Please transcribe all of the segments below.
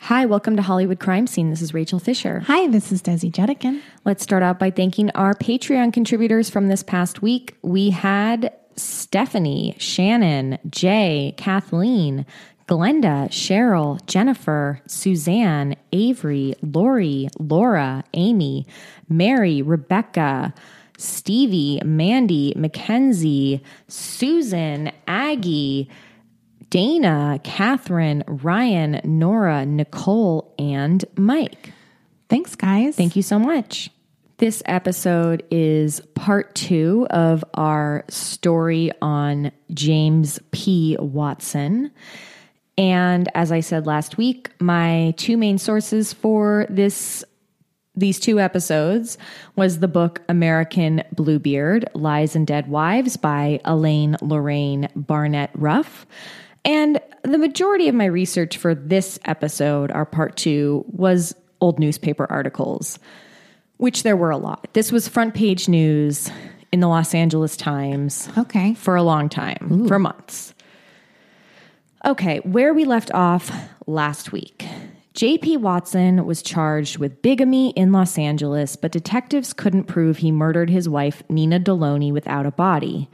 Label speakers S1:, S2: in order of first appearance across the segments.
S1: Hi, welcome to Hollywood Crime Scene. This is Rachel Fisher.
S2: Hi, this is Desi Jetikin.
S1: Let's start out by thanking our Patreon contributors from this past week. We had Stephanie, Shannon, Jay, Kathleen, Glenda, Cheryl, Jennifer, Suzanne, Avery, Lori, Laura, Amy, Mary, Rebecca, Stevie, Mandy, Mackenzie, Susan, Aggie, Dana, Catherine, Ryan, Nora, Nicole, and Mike.
S2: Thanks, guys.
S1: Thank you so much. This episode is part two of our story on James P. Watson. And as I said last week, my two main sources for this these two episodes was the book American Bluebeard Lies and Dead Wives by Elaine Lorraine Barnett Ruff. And the majority of my research for this episode, our part two, was old newspaper articles, which there were a lot. This was front page news in the Los Angeles Times
S2: Okay.
S1: for a long time, for months. Okay, where we left off last week. J.P. Watson was charged with bigamy in Los Angeles, but detectives couldn't prove he murdered his wife, Nina Deloney, without a body.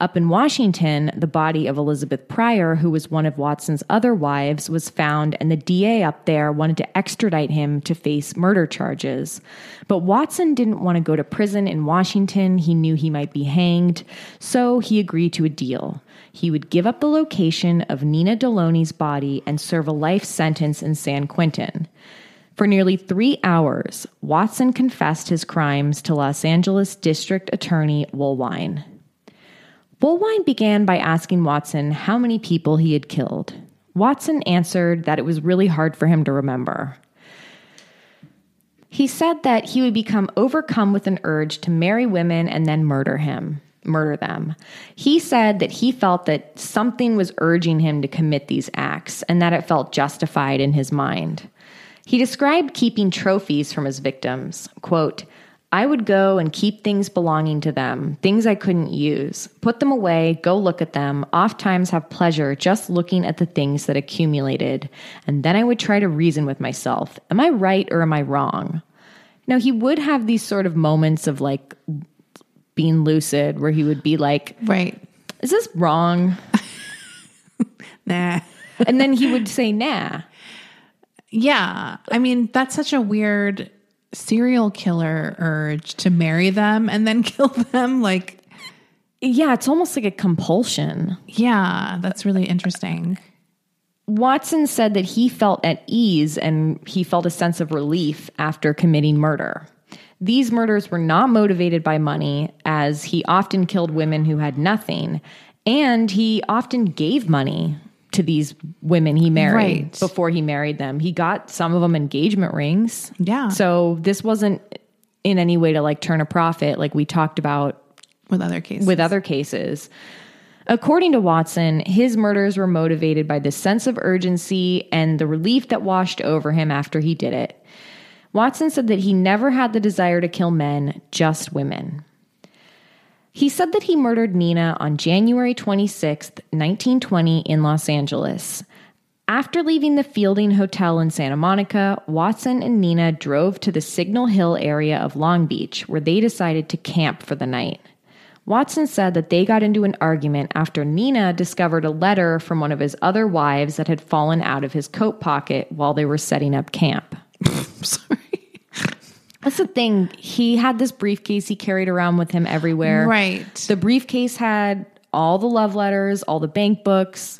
S1: Up in Washington, the body of Elizabeth Pryor, who was one of Watson's other wives, was found, and the DA up there wanted to extradite him to face murder charges. But Watson didn't want to go to prison in Washington. He knew he might be hanged, so he agreed to a deal. He would give up the location of Nina Deloney's body and serve a life sentence in San Quentin. For nearly three hours, Watson confessed his crimes to Los Angeles District Attorney Woolwine. Bullwine began by asking Watson how many people he had killed. Watson answered that it was really hard for him to remember. He said that he would become overcome with an urge to marry women and then murder him, murder them. He said that he felt that something was urging him to commit these acts and that it felt justified in his mind. He described keeping trophies from his victims. Quote, I would go and keep things belonging to them, things I couldn't use, put them away, go look at them, oft times have pleasure just looking at the things that accumulated. And then I would try to reason with myself Am I right or am I wrong? Now, he would have these sort of moments of like being lucid where he would be like,
S2: Right.
S1: Is this wrong?
S2: Nah.
S1: And then he would say, Nah.
S2: Yeah. I mean, that's such a weird serial killer urge to marry them and then kill them. Like,
S1: Yeah, it's almost like a compulsion.
S2: yeah, that's really interesting.
S1: Watson said that he felt at ease and he felt a sense of relief after committing murder. These murders were not motivated by money, as he often killed women who had nothing, and he often gave money to these women he married
S2: Right.
S1: before he married them. He got some of them engagement rings.
S2: Yeah.
S1: So this wasn't in any way to like turn a profit, like we talked about
S2: With other cases.
S1: with other cases. According to Watson, his murders were motivated by the sense of urgency and the relief that washed over him after he did it. Watson said that he never had the desire to kill men, just women. He said that he murdered Nina on January 26, 1920, in Los Angeles. After leaving the Fielding Hotel in Santa Monica, Watson and Nina drove to the Signal Hill area of Long Beach, where they decided to camp for the night. Watson said that they got into an argument after Nina discovered a letter from one of his other wives that had fallen out of his coat pocket while they were setting up camp.
S2: Sorry.
S1: That's the thing. He had this briefcase he carried around with him everywhere.
S2: Right.
S1: The briefcase had all the love letters, all the bank books,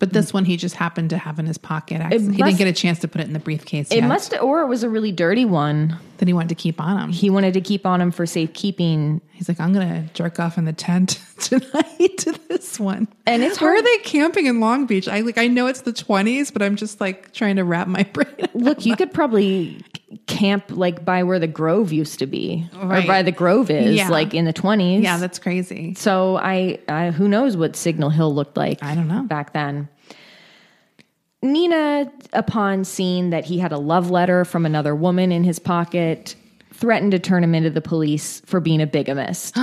S2: But this one he just happened to have in his pocket. Acc- he
S1: must-
S2: didn't get a chance to put it in the briefcase
S1: It
S2: yet
S1: must, or it was a really dirty one.
S2: that he wanted to keep on him.
S1: He wanted to keep on him for safekeeping.
S2: He's like, I'm gonna jerk off in the tent tonight to this one.
S1: And it's
S2: where
S1: hard-
S2: are they camping in Long Beach? I like I know it's the 20s, but I'm just like trying to wrap my brain.
S1: Look, you could probably camp like by where the Grove used to be, or
S2: Right.
S1: by the Grove is,
S2: Yeah.
S1: like in the twenties.
S2: Yeah, that's crazy.
S1: So I, I, who knows what Signal Hill looked like?
S2: I don't know.
S1: Back then, Nina, upon seeing that he had a love letter from another woman in his pocket, threatened to turn him into the police for being a bigamist.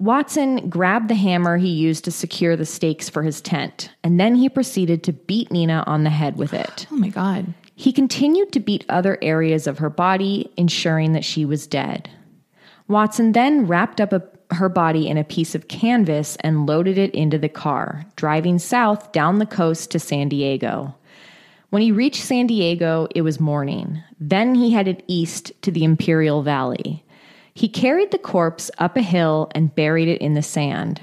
S1: Watson grabbed the hammer he used to secure the stakes for his tent, and then he proceeded to beat Nina on the head with it.
S2: Oh my god.
S1: He continued to beat other areas of her body, ensuring that she was dead. Watson then wrapped up a, her body in a piece of canvas and loaded it into the car, driving south down the coast to San Diego. When he reached San Diego, it was morning. Then he headed east to the Imperial Valley. He carried the corpse up a hill and buried it in the sand.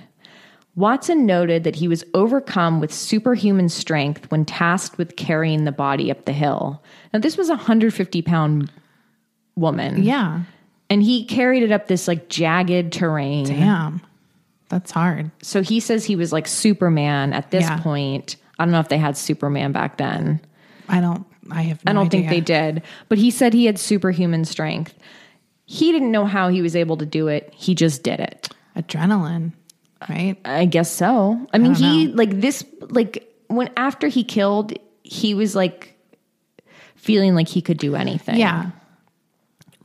S1: Watson noted that he was overcome with superhuman strength when tasked with carrying the body up the hill. Now, this was a 150 pound woman.
S2: Yeah.
S1: And he carried it up this like jagged terrain.
S2: Damn. That's hard.
S1: So he says he was like Superman at this
S2: Yeah.
S1: point. I don't know if they had Superman back then.
S2: I don't I have no
S1: I don't
S2: idea.
S1: think they did. But he said he had superhuman strength. He didn't know how he was able to do it. He just did it.
S2: Adrenaline, right?
S1: I guess so. I mean, he like this like when after he killed, he was like feeling like he could do anything.
S2: Yeah.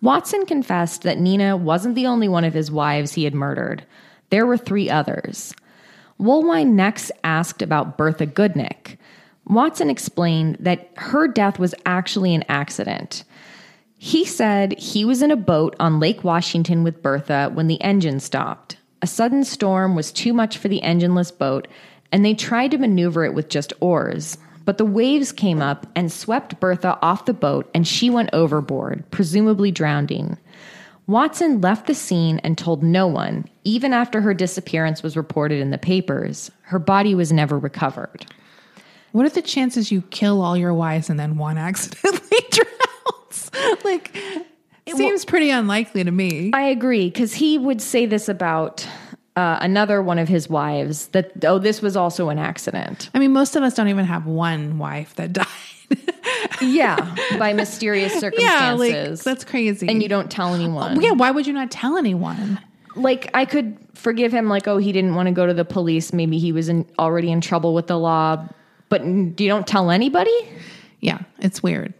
S1: Watson confessed that Nina wasn't the only one of his wives he had murdered. There were three others. Woolwine next asked about Bertha Goodnick. Watson explained that her death was actually an accident. He said he was in a boat on Lake Washington with Bertha when the engine stopped. A sudden storm was too much for the engineless boat, and they tried to maneuver it with just oars. But the waves came up and swept Bertha off the boat, and she went overboard, presumably drowning. Watson left the scene and told no one, even after her disappearance was reported in the papers. Her body was never recovered.
S2: What are the chances you kill all your wives and then one accidentally drowns? like seems pretty unlikely to me.
S1: I agree because he would say this about uh, another one of his wives that oh this was also an accident.
S2: I mean, most of us don't even have one wife that died.
S1: Yeah, by mysterious
S2: yeah,
S1: circumstances.
S2: like that's crazy.
S1: and you don't tell anyone.
S2: yeah, why would you not tell anyone?
S1: Uh, Like I could forgive him like oh he didn't want to go to the police maybe he was in, already in trouble with the law but n- you don't tell anybody?
S2: Yeah, it's weird.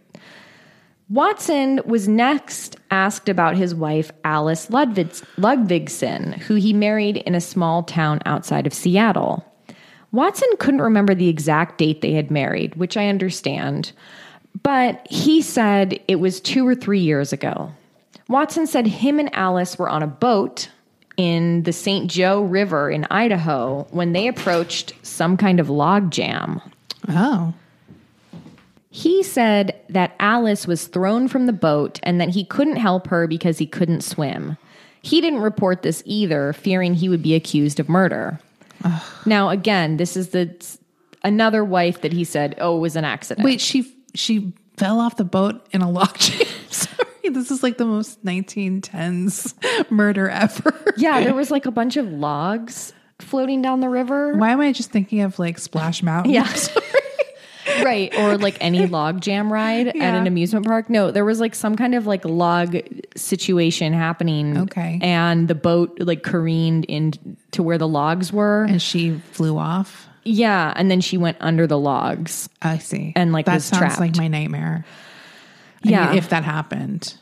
S1: Watson was next asked about his wife, Alice Ludvigs- Ludvigson, who he married in a small town outside of Seattle. Watson couldn't remember the exact date they had married, which I understand, but he said it was two or three years ago. Watson said him and Alice were on a boat in the St. Joe River in Idaho when they approached some kind of log jam.
S2: Oh,
S1: He said that Alice was thrown from the boat and that he couldn't help her because he couldn't swim. He didn't report this either, fearing he would be accused of murder. Now, again, this is the another wife that he said, "Oh, it was an accident."
S2: wait, she she fell off the boat in a log jam. Sorry, this is like the most 1910s murder ever.
S1: Yeah, there was like a bunch of logs floating down the river.
S2: Why am I just thinking of like Splash Mountain?
S1: Yeah. right, or like any log jam ride at
S2: Yeah.
S1: an amusement park. No, there was like some kind of like log situation happening.
S2: Okay.
S1: And the boat like careened into where the logs were.
S2: and she flew off.
S1: Yeah, and then she went under the logs.
S2: I see.
S1: And, like,
S2: that
S1: was
S2: sounds
S1: trapped.
S2: like my nightmare. I
S1: Yeah.
S2: mean, if that happened,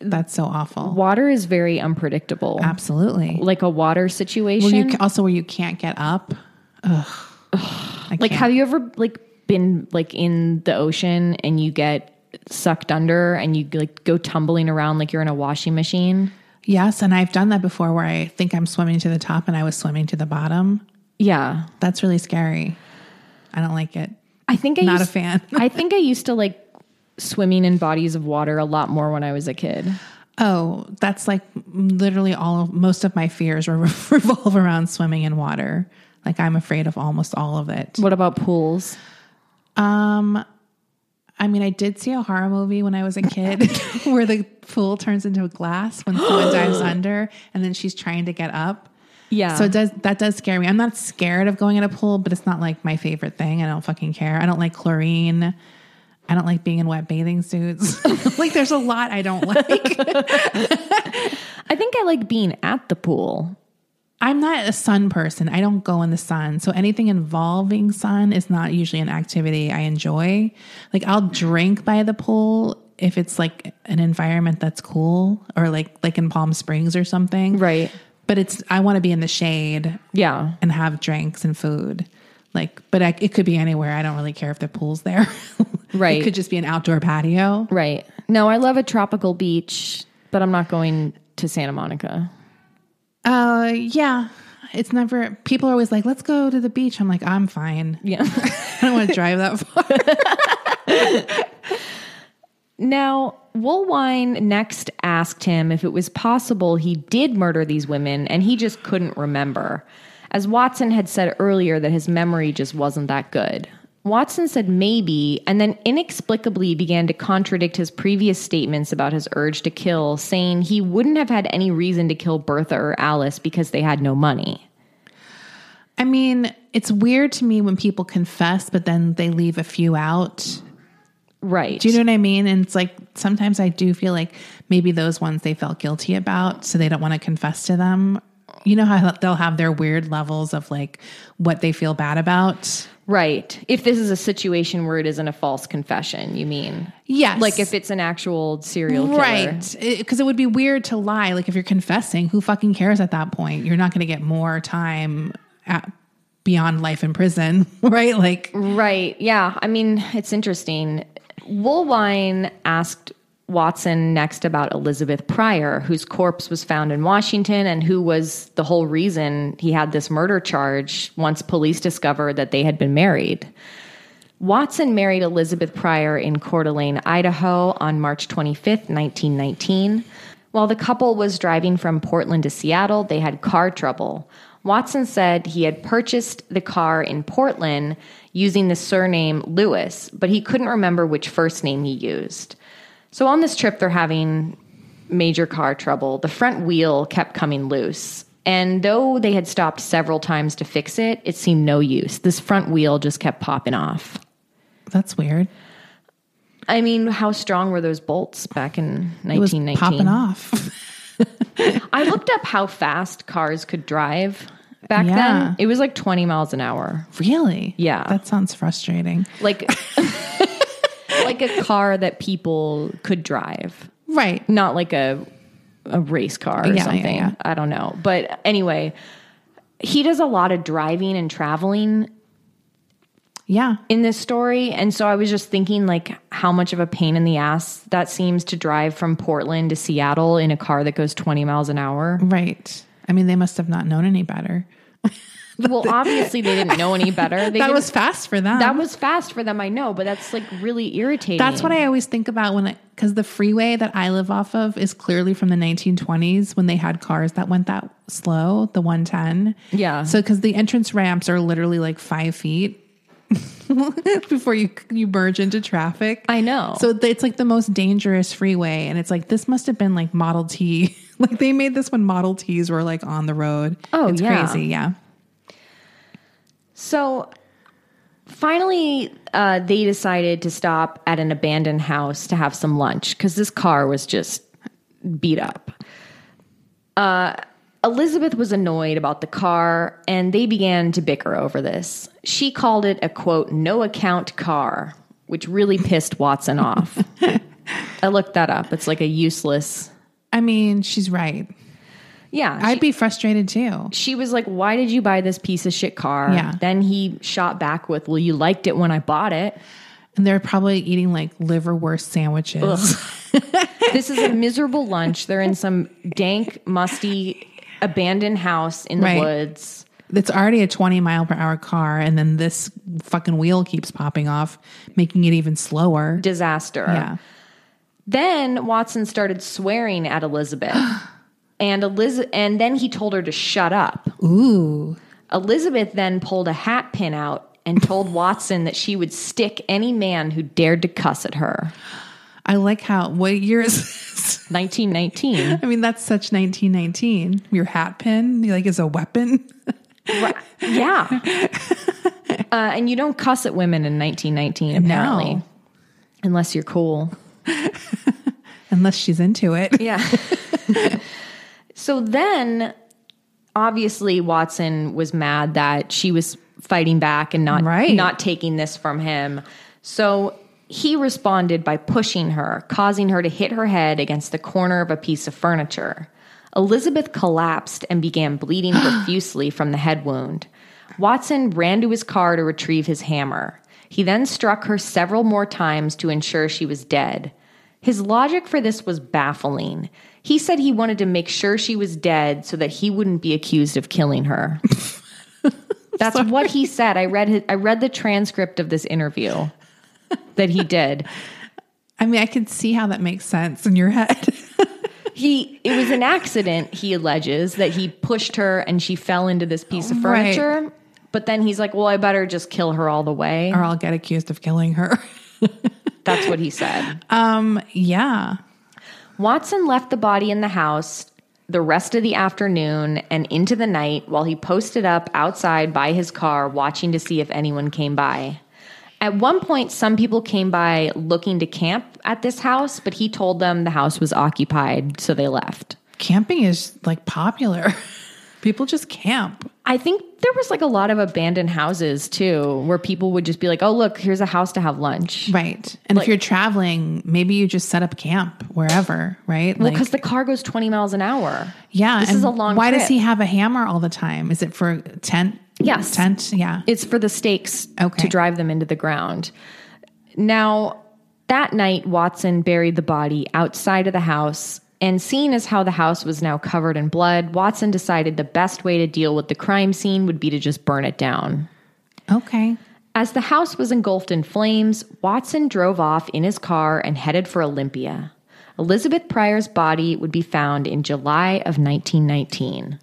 S2: that's so awful.
S1: Water is very unpredictable.
S2: Absolutely.
S1: Like a water situation.
S2: Well, you ca- also where you can't get up. Ugh.
S1: like have you ever like been like in the ocean and you get sucked under and you like go tumbling around like you're in a washing machine?
S2: yes, and I've done that before where I think I'm swimming to the top and I was swimming to the bottom.
S1: Yeah.
S2: That's really scary. I don't like it.
S1: I think I
S2: Not a
S1: used-
S2: fan.
S1: I think I used to like swimming in bodies of water a lot more when I was a kid.
S2: Oh, that's like literally all of most of my fears re- revolve around swimming in water. Like I'm afraid of almost all of it.
S1: What about pools?
S2: Um, I mean, I did see a horror movie when I was a kid where the pool turns into a glass when someone dives under, and then she's trying to get up.
S1: Yeah.
S2: So it does that does scare me. I'm not scared of going in a pool, but it's not like my favorite thing. I don't fucking care. I don't like chlorine. I don't like being in wet bathing suits. like there's a lot I don't like.
S1: I think I like being at the pool.
S2: I'm not a sun person. I don't go in the sun. So anything involving sun is not usually an activity I enjoy. Like I'll drink by the pool if it's like an environment that's cool or like like in Palm Springs or something.
S1: Right.
S2: But it's I want to be in the shade
S1: Yeah.
S2: and have drinks and food. Like but I, it could be anywhere. I don't really care if the pool's there.
S1: Right.
S2: it could just be an outdoor patio.
S1: Right. No, I love a tropical beach, but I'm not going to Santa Monica.
S2: Uh yeah. It's never people are always like, "Let's go to the beach." I'm like, "I'm fine.
S1: Yeah.
S2: I don't want to drive that far."
S1: now, Woolwine next asked him if it was possible he did murder these women, and he just couldn't remember. As Watson had said earlier, that his memory just wasn't that good. Watson said maybe, and then inexplicably began to contradict his previous statements about his urge to kill, saying he wouldn't have had any reason to kill Bertha or Alice because they had no money.
S2: I mean, it's weird to me when people confess, but then they leave a few out.
S1: Right.
S2: Do you know what I mean? And it's like sometimes I do feel like maybe those ones they felt guilty about, so they don't want to confess to them. You know how they'll have their weird levels of like what they feel bad about?
S1: Right. If this is a situation where it isn't a false confession, you mean?
S2: Yes.
S1: Like if it's an actual serial killer.
S2: Right. Because it, would be weird to lie. Like if you're confessing, who fucking cares at that point? You're not going to get more time at, beyond life in prison, right? Like,
S1: Right. Yeah. I mean, it's interesting. Woolwine asked Watson next about Elizabeth Pryor, whose corpse was found in Washington and who was the whole reason he had this murder charge once police discovered that they had been married. Watson married Elizabeth Pryor in Coeur d'Alene, Idaho on March 25th, 1919. While the couple was driving from Portland to Seattle, they had car trouble. Watson said he had purchased the car in Portland using the surname Lewis, but he couldn't remember which first name he used. So on this trip, they're having major car trouble. The front wheel kept coming loose. And though they had stopped several times to fix it, it seemed no use. This front wheel just kept popping off.
S2: that's weird.
S1: I mean, how strong were those bolts back in
S2: It was
S1: 1919?
S2: popping off.
S1: I looked up how fast cars could drive back
S2: Yeah.
S1: then. It was like 20 miles an hour.
S2: Really?
S1: Yeah.
S2: That sounds frustrating.
S1: Like like a car that people could drive.
S2: Right.
S1: not like a a race car or
S2: Yeah, yeah,
S1: something.
S2: yeah.
S1: I don't know. But anyway, he does a lot of driving and traveling
S2: Yeah.
S1: in this story, and so I was just thinking like how much of a pain in the ass that seems to drive from Portland to Seattle in a car that goes 20 miles an hour.
S2: Right. I mean, they must have not known any better.
S1: Well, obviously they didn't know any better. They
S2: that
S1: didn't-
S2: was fast for them.
S1: that was fast for them, I know, but that's like really irritating.
S2: That's what I always think about when I, because the freeway that I live off of is clearly from the 1920s when they had cars that went that slow, the 110.
S1: Yeah.
S2: So, because the entrance ramps are literally like five feet before you you merge into traffic.
S1: I know.
S2: So th- it's like the most dangerous freeway, and it's like this must have been like Model T. like they made this when Model Ts were like on the road.
S1: Oh,
S2: it's
S1: yeah.
S2: crazy. Yeah.
S1: So finally, uh, they decided to stop at an abandoned house to have some lunch because this car was just beat up. Uh, Elizabeth was annoyed about the car and they began to bicker over this. She called it a quote, no account car, which really pissed Watson off. I looked that up. It's like a useless.
S2: I mean, she's right.
S1: Yeah.
S2: I'd be frustrated too.
S1: she was like, Why did you buy this piece of shit car?
S2: Yeah.
S1: Then he shot back with, Well, you liked it when I bought it.
S2: And they're probably eating like liverwurst sandwiches.
S1: this is a miserable lunch. They're in some dank, musty, abandoned house in the
S2: Right.
S1: woods.
S2: It's already a 20 mile per hour car, and then this fucking wheel keeps popping off, making it even slower.
S1: Disaster.
S2: Yeah.
S1: Then Watson started swearing at Elizabeth. and Eliz- and then he told her to shut up.
S2: Ooh.
S1: Elizabeth then pulled a hat pin out and told Watson that she would stick any man who dared to cuss at her.
S2: I like how what year is this?
S1: 1919.
S2: I mean, that's such 1919. Your hat pin, like, is a weapon.
S1: Right. Yeah. Uh, and you don't cuss at women in 1919, apparently.
S2: No.
S1: Unless you're cool.
S2: Unless she's into it.
S1: Yeah. so then, obviously, Watson was mad that she was fighting back and not
S2: Right.
S1: not taking this from him. So he responded by pushing her, causing her to hit her head against the corner of a piece of furniture. Elizabeth collapsed and began bleeding profusely from the head wound. Watson ran to his car to retrieve his hammer. He then struck her several more times to ensure she was dead. His logic for this was baffling. He said he wanted to make sure she was dead so that he wouldn't be accused of killing her. That's what he said. I read his, I read the transcript of this interview that he did.
S2: I mean, I can see how that makes sense in your head.
S1: He it was an accident, he alleges, that he pushed her and she fell into this piece of
S2: Right.
S1: furniture. But then he's like, "Well, I better just kill her all the way."
S2: or I'll get accused of killing her.
S1: That's what he said.
S2: Um, yeah.
S1: Watson left the body in the house the rest of the afternoon and into the night while he posted up outside by his car watching to see if anyone came by. At one point, some people came by looking to camp at this house, but he told them the house was occupied, so they left.
S2: Camping is like popular. People just camp.
S1: I think there was like a lot of abandoned houses too, where people would just be like, oh, look, here's a house to have lunch.
S2: Right. And if you're traveling, maybe you just set up camp wherever, right?
S1: Well, because the car goes 20 miles an hour.
S2: yeah.
S1: this
S2: and
S1: is a long
S2: Why does
S1: trip.
S2: he have a hammer all the time? Is it for tent?
S1: Yes.
S2: Tent? Yeah.
S1: It's for the stakes to
S2: Okay.
S1: drive them into the ground. Now, that night, Watson buried the body outside of the house. And seeing as how the house was now covered in blood, Watson decided the best way to deal with the crime scene would be to just burn it down.
S2: okay.
S1: As the house was engulfed in flames, Watson drove off in his car and headed for Olympia. Elizabeth Pryor's body would be found in July of 1919.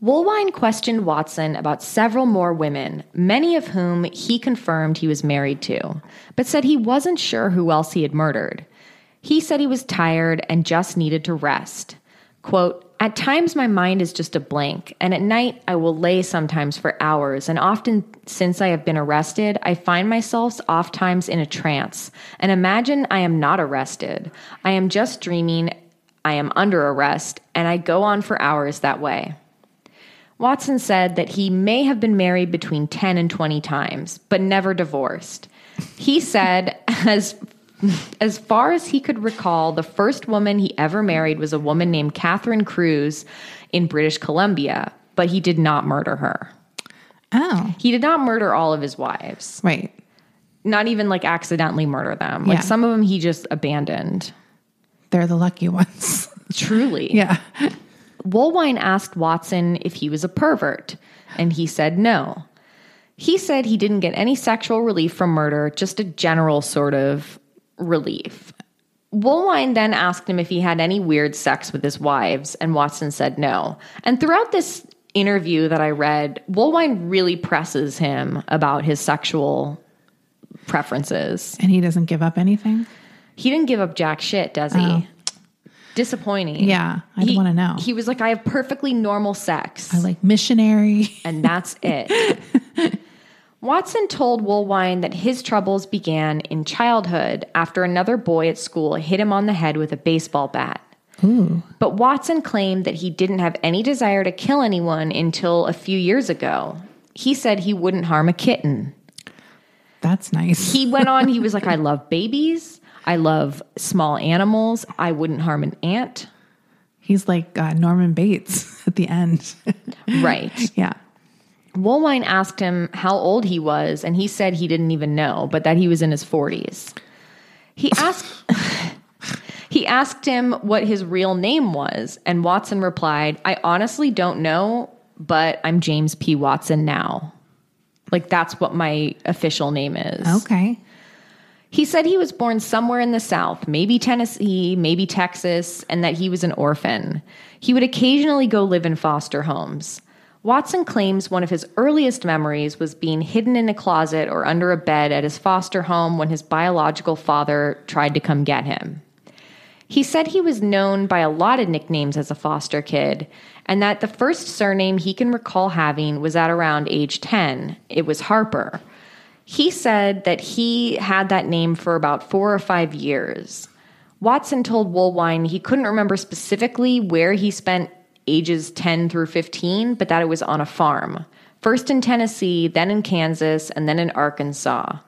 S1: Woolwine questioned Watson about several more women, many of whom he confirmed he was married to, but said he wasn't sure who else he had murdered. He said he was tired and just needed to rest. Quote, at times my mind is just a blank, and at night I will lay sometimes for hours, and often since I have been arrested, I find myself oft times in a trance, and imagine I am not arrested. I am just dreaming, I am under arrest, and I go on for hours that way. Watson said that he may have been married between 10 and 20 times, but never divorced. He said, as, as far as he could recall, the first woman he ever married was a woman named Catherine Cruz in British Columbia, but he did not murder her.
S2: Oh,
S1: He did not murder all of his wives,
S2: right.
S1: not even like accidentally murder them. Like
S2: Yeah.
S1: some of them he just abandoned.
S2: They're the lucky ones.
S1: Truly.
S2: yeah.
S1: Woolwine asked Watson if he was a pervert, and he said no. He said he didn't get any sexual relief from murder, just a general sort of relief. Woolwine then asked him if he had any weird sex with his wives, and Watson said no. And throughout this interview that I read, Woolwine really presses him about his sexual preferences.
S2: And he doesn't give up anything.
S1: He didn't give up jack shit, does he? Disappointing.
S2: Oh. Yeah, I'd
S1: He-
S2: wanna know.
S1: He was like, I have perfectly normal sex
S2: Like missionary.
S1: and that's it. Watson told Woolwine that his troubles began in childhood after another boy at school hit him on the head with a baseball bat. But Watson claimed that he didn't have any desire to kill anyone until a few years ago. He said he wouldn't harm a kitten.
S2: That's nice.
S1: He went on, he was like, I love babies. I love small animals. I wouldn't harm an ant.
S2: He's like uh, Norman Bates at the end.
S1: Right.
S2: yeah.
S1: Woolwine asked him how old he was, and he said he didn't even know, but that he was in his 40s. He asked he asked him what his real name was, and Watson replied, "I honestly don't know, but I'm James P. Watson now." Like that's what my official name is.
S2: Okay.
S1: He said he was born somewhere in the South, maybe Tennessee, maybe Texas, and that he was an orphan. He would occasionally go live in foster homes. Watson claims one of his earliest memories was being hidden in a closet or under a bed at his foster home when his biological father tried to come get him. He said he was known by a lot of nicknames as a foster kid, and that the first surname he can recall having was at around age 10. It was Harper. He said that he had that name for about four or five years. Watson told Woolwine he couldn't remember specifically where he spent ages 10 through 15, but that it was on a farm. First in Tennessee, then in Kansas, and then in Arkansas.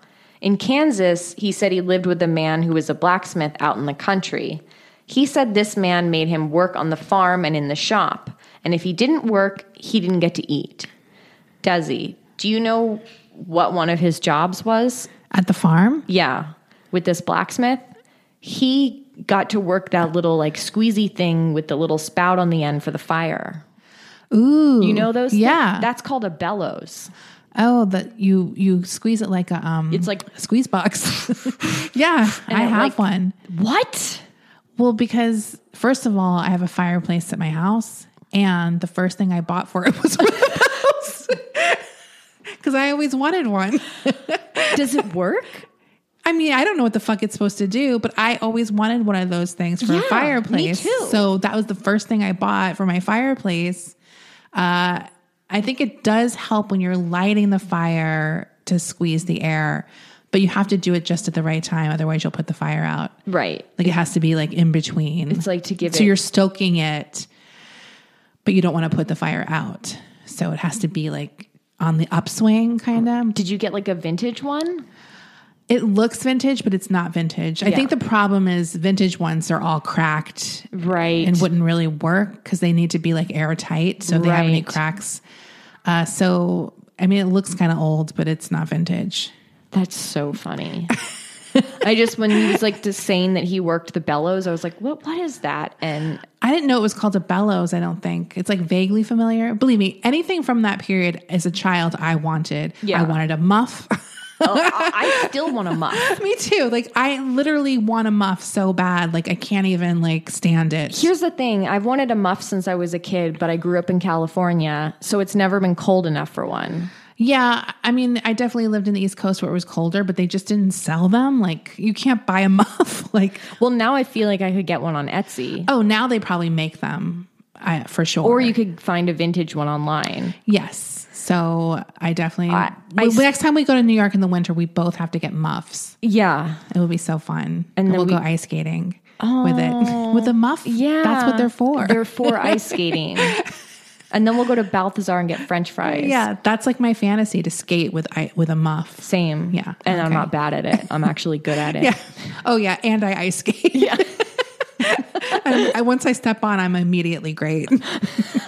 S1: In Kansas, he said he lived with a man who was a blacksmith out in the country. He said this man made him work on the farm and in the shop, and if he didn't work, he didn't get to eat. Desi, do you know what one of his jobs was?
S2: At the farm?
S1: Yeah, with this blacksmith. He got to work that little like squeezy thing with the little spout on the end for the fire.
S2: Ooh.
S1: You know those?
S2: Yeah.
S1: things? That's called a bellows.
S2: Oh, that you you squeeze it like a um
S1: It's like-
S2: a squeeze box. yeah, I
S1: it,
S2: have
S1: like-
S2: one.
S1: What?
S2: Well, because first of all, I have a fireplace at my house, and the first thing I bought for it was one of those. Because I always wanted one.
S1: Does it work?
S2: I mean, I don't know what the fuck it's supposed to do, but I always wanted one of those things for
S1: Yeah,
S2: a
S1: me
S2: fireplace.
S1: too.
S2: So that was the first thing I bought for my fireplace. Uh, I think it does help when you're lighting the fire to squeeze the air, but you have to do it just at the right time. Otherwise, you'll put the fire out.
S1: Right.
S2: Like it has to be like in between.
S1: It's like to give
S2: so
S1: it.
S2: you're stoking it, but you don't want to put the fire out. So it has to be like on the upswing, kind of.
S1: Did you get like a vintage one?
S2: It looks vintage, but it's not vintage. I think the problem is vintage ones are all cracked
S1: Right.
S2: and wouldn't really work because they need to be like airtight. So if they have any
S1: Right.
S2: cracks. Uh, so, I mean, it looks kind of old, but it's not vintage.
S1: That's so funny. I just when he was like just saying that he worked the bellows, I was like, what? What is that? And
S2: I didn't know it was called a bellows, I don't think. It's like vaguely familiar. Believe me, anything from that period as a child I wanted.
S1: Yeah.
S2: I wanted a muff.
S1: oh, I, I still want a muff.
S2: Me too. Like I literally want a muff so bad. Like I can't even like stand it.
S1: Here's the thing: I've wanted a muff since I was a kid, but I grew up in California, so it's never been cold enough for one.
S2: Yeah, I mean, I definitely lived in the East Coast where it was colder, but they just didn't sell them. Like, you can't buy a muff. like,
S1: Well, now I feel like I could get one on Etsy,
S2: oh, now they probably make them I, for sure.
S1: or you could find a vintage one online.
S2: yes. So I definitely.
S1: I-
S2: Well, next time we go to New York in the winter, we both have to get muffs.
S1: Yeah,
S2: It will be so fun,
S1: And
S2: and
S1: then
S2: we'll
S1: we-
S2: go ice skating with it with a muff.
S1: yeah,
S2: that's what they're for.
S1: They're for ice skating, and then we'll go to Balthazar and get French fries.
S2: yeah, that's like my fantasy to skate with I, with a muff.
S1: Same.
S2: Yeah,
S1: And I'm
S2: okay.
S1: not bad at it. I'm actually good at it.
S2: Yeah. Oh yeah, and I ice skate. Yeah. I, I- once I step on, I'm immediately great. Oh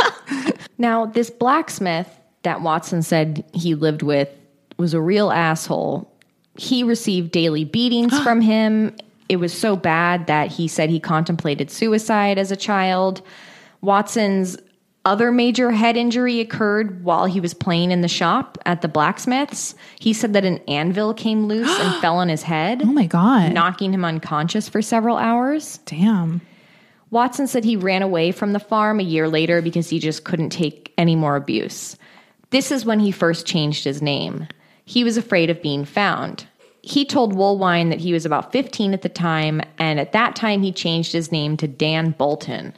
S1: Now, this blacksmith that Watson said he lived with was a real asshole. He received daily beatings from him. It was so bad that he said he contemplated suicide as a child. Watson's other major head injury occurred while he was playing in the shop at the blacksmith's. He said that an anvil came loose and fell on his head,
S2: Oh my god.
S1: knocking him unconscious for several hours.
S2: Damn.
S1: Watson said he ran away from the farm a year later because he just couldn't take any more abuse. This is when he first changed his name. He was afraid of being found. He told Woolwine that he was about 15 at the time, and at that time he changed his name to Dan Bolton.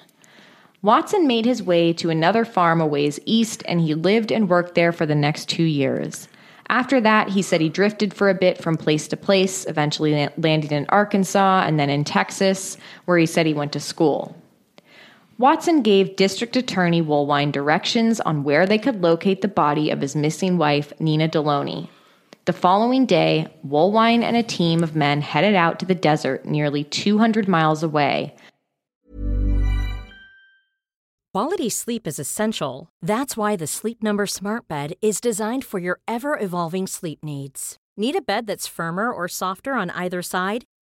S1: Watson made his way to another farm a ways east, and he lived and worked there for the next two years. After that, he said he drifted for a bit from place to place, eventually la- landing in Arkansas and then in Texas, where he said he went to school. Watson gave District Attorney Woolwine directions on where they could locate the body of his missing wife, Nina Deloney. The following day, Woolwine and a team of men headed out to the desert nearly 200 miles away,
S3: Quality sleep is essential. That's why the Sleep Number Smart Bed is designed for your ever evolving sleep needs. Need a bed that's firmer or softer on either side?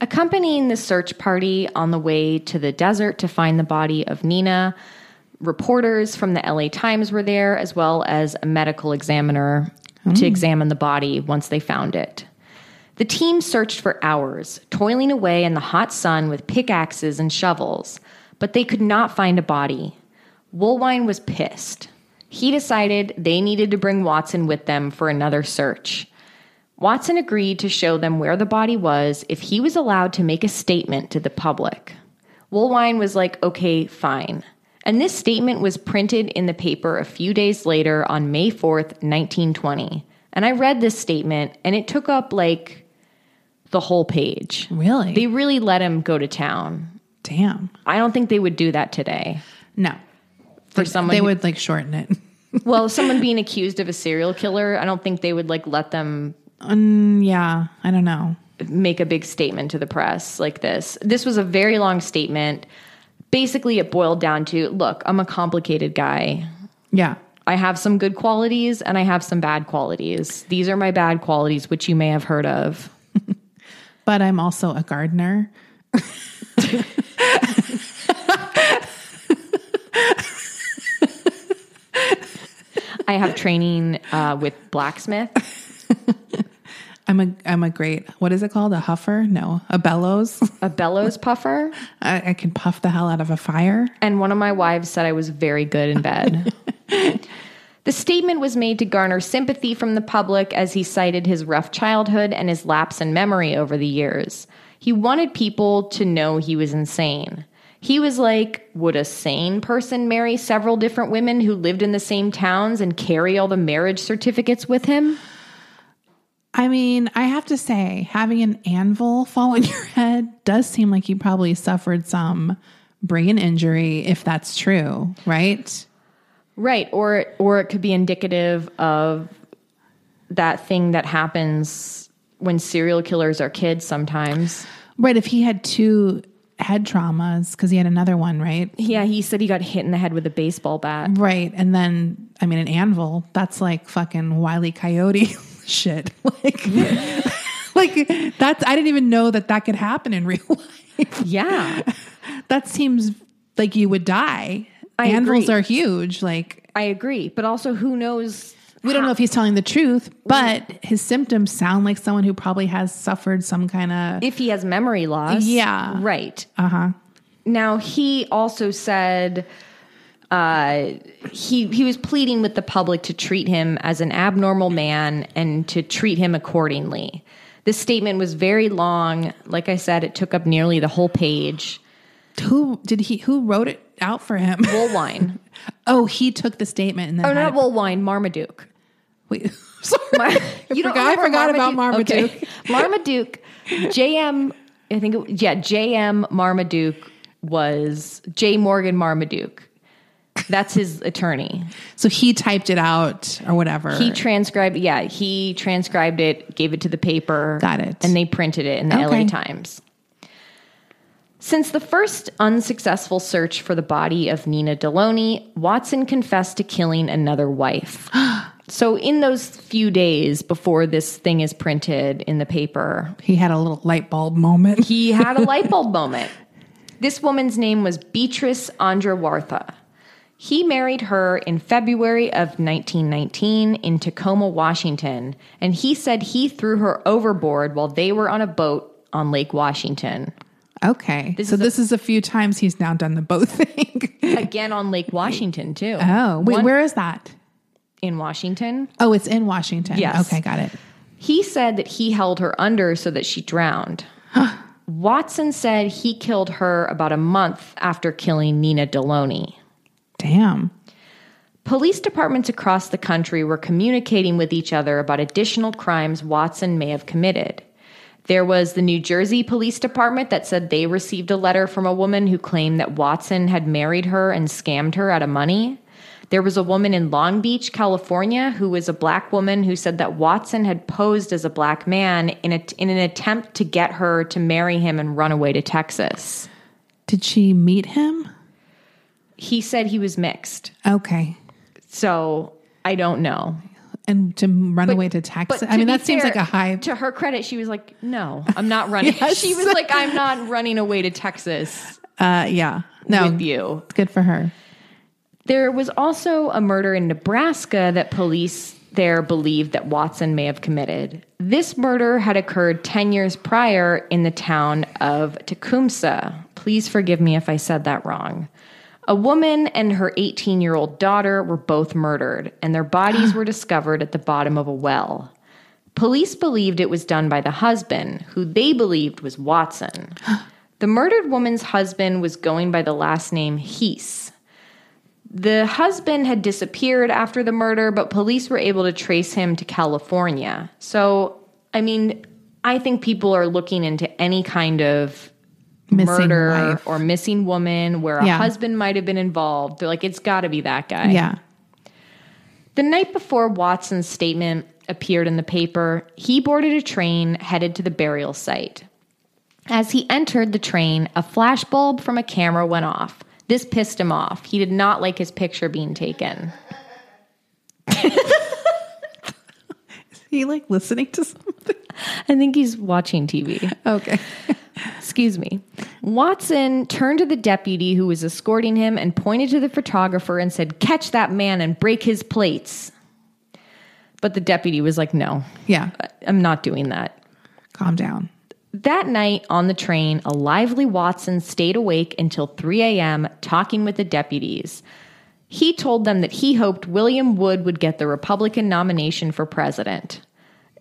S1: Accompanying the search party on the way to the desert to find the body of Nina, reporters from the LA Times were there, as well as a medical examiner to examine the body once they found it. The team searched for hours, toiling away in the hot sun with pickaxes and shovels, but they could not find a body. Woolwine was pissed. He decided they needed to bring Watson with them for another search. Watson agreed to show them where the body was if he was allowed to make a statement to the public. Woolwine was like, okay, fine. And this statement was printed in the paper a few days later on May 4th, 1920. And I read this statement and it took up like the whole page.
S2: Really?
S1: They really let him go to town.
S2: Damn.
S1: I don't think they would do that today.
S2: No.
S1: For
S2: They-
S1: someone
S2: they
S1: who-
S2: would like shorten it.
S1: Well, someone being accused of a serial killer, I don't think they would like let them
S2: yeah, I don't know.
S1: make a big statement to the press like this. This was a very long statement. Basically, it boiled down to look, I'm a complicated guy.
S2: Yeah.
S1: I have some good qualities and I have some bad qualities. These are my bad qualities, which you may have heard of.
S2: But I'm also a gardener.
S1: I have training uh, with blacksmith.
S2: I'm a I'm a great what is it called? A huffer? No, a bellows.
S1: a bellows puffer,
S2: I, I can puff the hell out of a fire.
S1: and one of my wives said I was very good in bed. the statement was made to garner sympathy from the public as he cited his rough childhood and his lapse in memory over the years. He wanted people to know he was insane. He was like, Would a sane person marry several different women who lived in the same towns and carry all the marriage certificates with him?
S2: I mean, I have to say, having an anvil fall on your head does seem like you probably suffered some brain injury, if that's true, right?
S1: Right, or or it could be indicative of that thing that happens when serial killers are kids sometimes.
S2: Right. If he had two head traumas, because he had another one, right?
S1: Yeah, he said he got hit in the head with a baseball bat.
S2: Right. And then, I mean, an anvil, that's like fucking Wiley Coyote shit. Like, like that's, I didn't even know that that could happen in real life.
S1: Yeah.
S2: That seems like you would die.
S1: I
S2: Anvils
S1: agree.
S2: are huge. Like,
S1: I agree, but also who knows?
S2: we don't know if he's telling the truth,
S1: Mm.
S2: but his symptoms sound like someone who probably has suffered some kind of.
S1: If he has memory loss.
S2: Yeah.
S1: Right.
S2: Uh huh.
S1: Now he also said uh, he he was pleading with the public to treat him as an abnormal man and to treat him accordingly. This statement was very long. Like I said, it took up nearly the whole page.
S2: Who did he? Who wrote it out for him?
S1: Woolwine.
S2: Oh, he took the statement and then.
S1: oh, not
S2: had it-
S1: Woolwine, Marmaduke.
S2: Wait, sorry. I
S1: You don't
S2: forgot, I
S1: remember
S2: forgot about Marmaduke.
S1: Okay. Marmaduke, J.M. I think it, yeah, J.M. Marmaduke was J. Morgan Marmaduke. That's his attorney.
S2: So he typed it out or whatever.
S1: He transcribed, yeah, he transcribed it, gave it to the paper.
S2: Got it.
S1: And they printed it in the LA
S2: Okay.
S1: Times. Since the first unsuccessful search for the body of Nina Deloney, Watson confessed to killing another wife. so, in those few days before this thing is printed in the paper,
S2: he had a little light bulb moment.
S1: he had a light bulb moment. This woman's name was Beatrice Andrawartha. He married her in February of 1919 in Tacoma, Washington, and he said he threw her overboard while they were on a boat on Lake Washington.
S2: okay. so this is a few times he's now done the boat thing.
S1: Again on Lake Washington, too.
S2: oh, wait,
S1: One-
S2: where is that?
S1: in Washington.
S2: Oh, it's in Washington.
S1: Yes.
S2: Okay, got it.
S1: He said that he held her under so that she drowned. Watson said he killed her about a month after killing Nina Deloney.
S2: Damn.
S1: Police departments across the country were communicating with each other about additional crimes Watson may have committed. There was the New Jersey Police Department that said they received a letter from a woman who claimed that Watson had married her and scammed her out of money. There was a woman in Long Beach, California, who was a black woman who said that Watson had posed as a black man in, a, in an attempt to get her to marry him and run away to Texas.
S2: Did she meet him?
S1: He said he was mixed.
S2: Okay.
S1: So I don't know.
S2: And to run away to Texas? I
S1: to
S2: mean,
S1: be
S2: that seems
S1: fair,
S2: like a high.
S1: To her credit, she was like, "No, I'm not running."
S2: Yes.
S1: She was like, "I'm not running away to Texas
S2: Uh, yeah. No.
S1: with you."
S2: It's good for her.
S1: There was also a murder in Nebraska that police there believed that Watson may have committed. This murder had occurred 10 years prior in the town of Tecumseh. Please forgive me if I said that wrong. A woman and her 18 year old daughter were both murdered, and their bodies were discovered at the bottom of a well. Police believed it was done by the husband, who they believed was Watson. The murdered woman's husband was going by the last name Heese. The husband had disappeared after the murder, but police were able to trace him to California. So, I mean, I think people are looking into any kind of
S2: Missing
S1: murder
S2: wife.
S1: or missing woman where a
S2: Yeah.
S1: husband might have been involved. They're like, it's got to be that guy.
S2: Yeah.
S1: The night before Watson's statement appeared in the paper, he boarded a train headed to the burial site. As he entered the train, a flashbulb from a camera went off. This pissed him off. He did not like his picture being taken.
S2: He like listening to something.
S1: I think he's watching TV.
S2: Okay.
S1: Excuse me. Watson turned to the deputy who was escorting him and pointed to the photographer and said, Catch that man and break his plates. But the deputy was like, No,
S2: Yeah.
S1: I'm not doing that.
S2: Calm down.
S1: That night on the train, a lively Watson stayed awake until 3 a.m. talking with the deputies. He told them that he hoped William Wood would get the Republican nomination for president.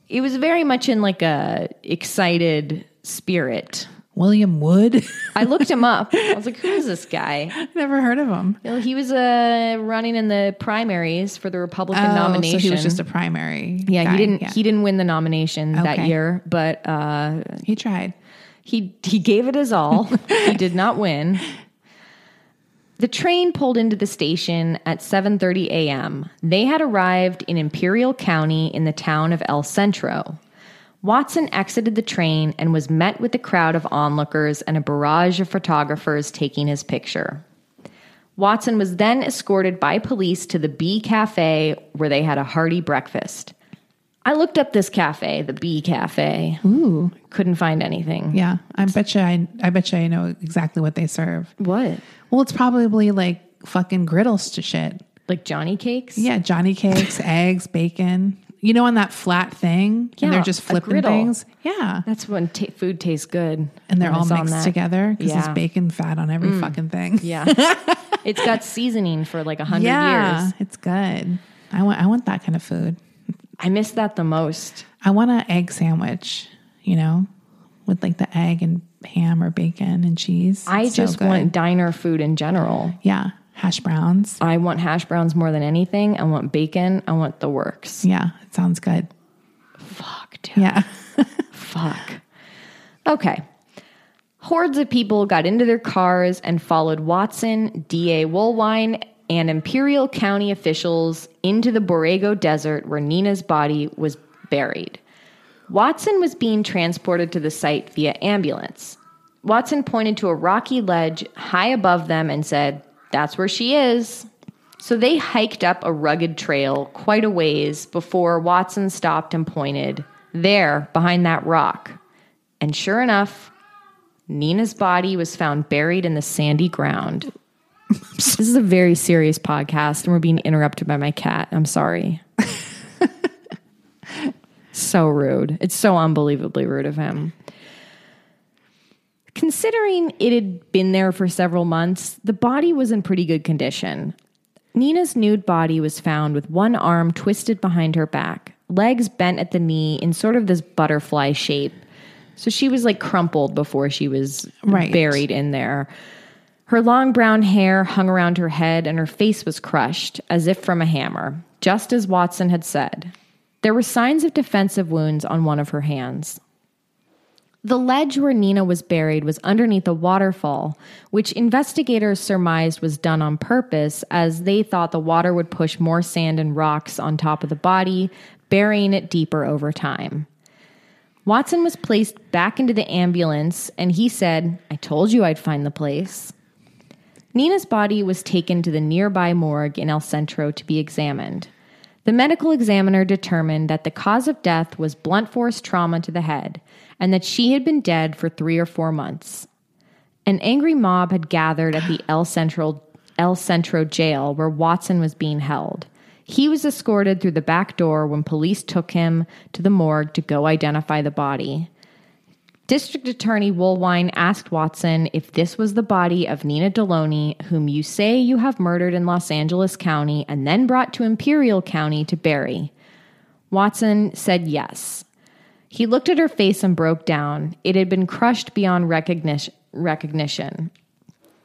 S1: It was very much in like a excited spirit.
S2: William Wood.
S1: I looked him up. I was like, "Who is this guy?"
S2: Never heard of him.
S1: You know, he was uh, running in the primaries for the Republican nomination.
S2: Oh, so he was just a primary.
S1: yeah,
S2: guy.
S1: he didn't
S2: Yeah.
S1: he didn't win the nomination that
S2: Okay.
S1: year, but uh,
S2: He tried.
S1: He he gave it his all. he did not win. The train pulled into the station at 7:30 a.m. They had arrived in Imperial County in the town of El Centro. Watson exited the train and was met with a crowd of onlookers and a barrage of photographers taking his picture. Watson was then escorted by police to the Bee Cafe where they had a hearty breakfast. I looked up this cafe, the Bee Cafe. Ooh, couldn't find anything.
S2: Yeah. I bet you. I, I bet you. I know exactly what they serve.
S1: What?
S2: Well, it's probably like fucking griddles to shit.
S1: Like Johnny cakes?
S2: Yeah, Johnny cakes, eggs, bacon. You know, on that flat thing,
S1: Yeah,
S2: and they're just
S1: a
S2: flipping
S1: griddle.
S2: things. Yeah,
S1: That's when ta food tastes good.
S2: and they're
S1: when
S2: all
S1: it's on
S2: mixed
S1: that.
S2: together because
S1: Yeah. Mm.
S2: there's bacon fat on every fucking thing.
S1: Yeah. it's got seasoning for like a 100
S2: yeah,
S1: years.
S2: it's good. I want, I want that kind of food.
S1: I miss that the most.
S2: I want an egg sandwich. You know, with like the egg and ham or bacon and cheese.
S1: I
S2: It's so
S1: just
S2: good.
S1: want diner food in general.
S2: yeah, hash browns.
S1: I want hash browns more than anything. I want bacon. I want the works.
S2: Yeah, it sounds good.
S1: Fuck, dude.
S2: Yeah,
S1: Fuck. Okay. Hordes of people got into their cars and followed Watson, D.A. Woolwine, and Imperial County officials into the Borrego Desert where Nina's body was buried. Watson was being transported to the site via ambulance. Watson pointed to a rocky ledge high above them and said, That's where she is. So they hiked up a rugged trail quite a ways before Watson stopped and pointed, There, behind that rock. And sure enough, Nina's body was found buried in the sandy ground. this is a very serious podcast, and we're being interrupted by my cat. I'm sorry. so rude. It's so unbelievably rude of him. Considering it had been there for several months, the body was in pretty good condition. Nina's nude body was found with one arm twisted behind her back, legs bent at the knee in sort of this butterfly shape. So she was like crumpled before she was
S2: Right.
S1: buried in there. Her long brown hair hung around her head and her face was crushed as if from a hammer, just as Watson had said. There were signs of defensive wounds on one of her hands. The ledge where Nina was buried was underneath a waterfall, which investigators surmised was done on purpose as they thought the water would push more sand and rocks on top of the body, burying it deeper over time. Watson was placed back into the ambulance and he said, I told you I'd find the place. Nina's body was taken to the nearby morgue in El Centro to be examined. The medical examiner determined that the cause of death was blunt force trauma to the head and that she had been dead for three or four months. An angry mob had gathered at the El Centro, El Centro jail where Watson was being held. He was escorted through the back door when police took him to the morgue to go identify the body. District Attorney Woolwine asked Watson if this was the body of Nina Deloney, whom you say you have murdered in Los Angeles County and then brought to Imperial County to bury. Watson said yes. He looked at her face and broke down. It had been crushed beyond recognition. recognition.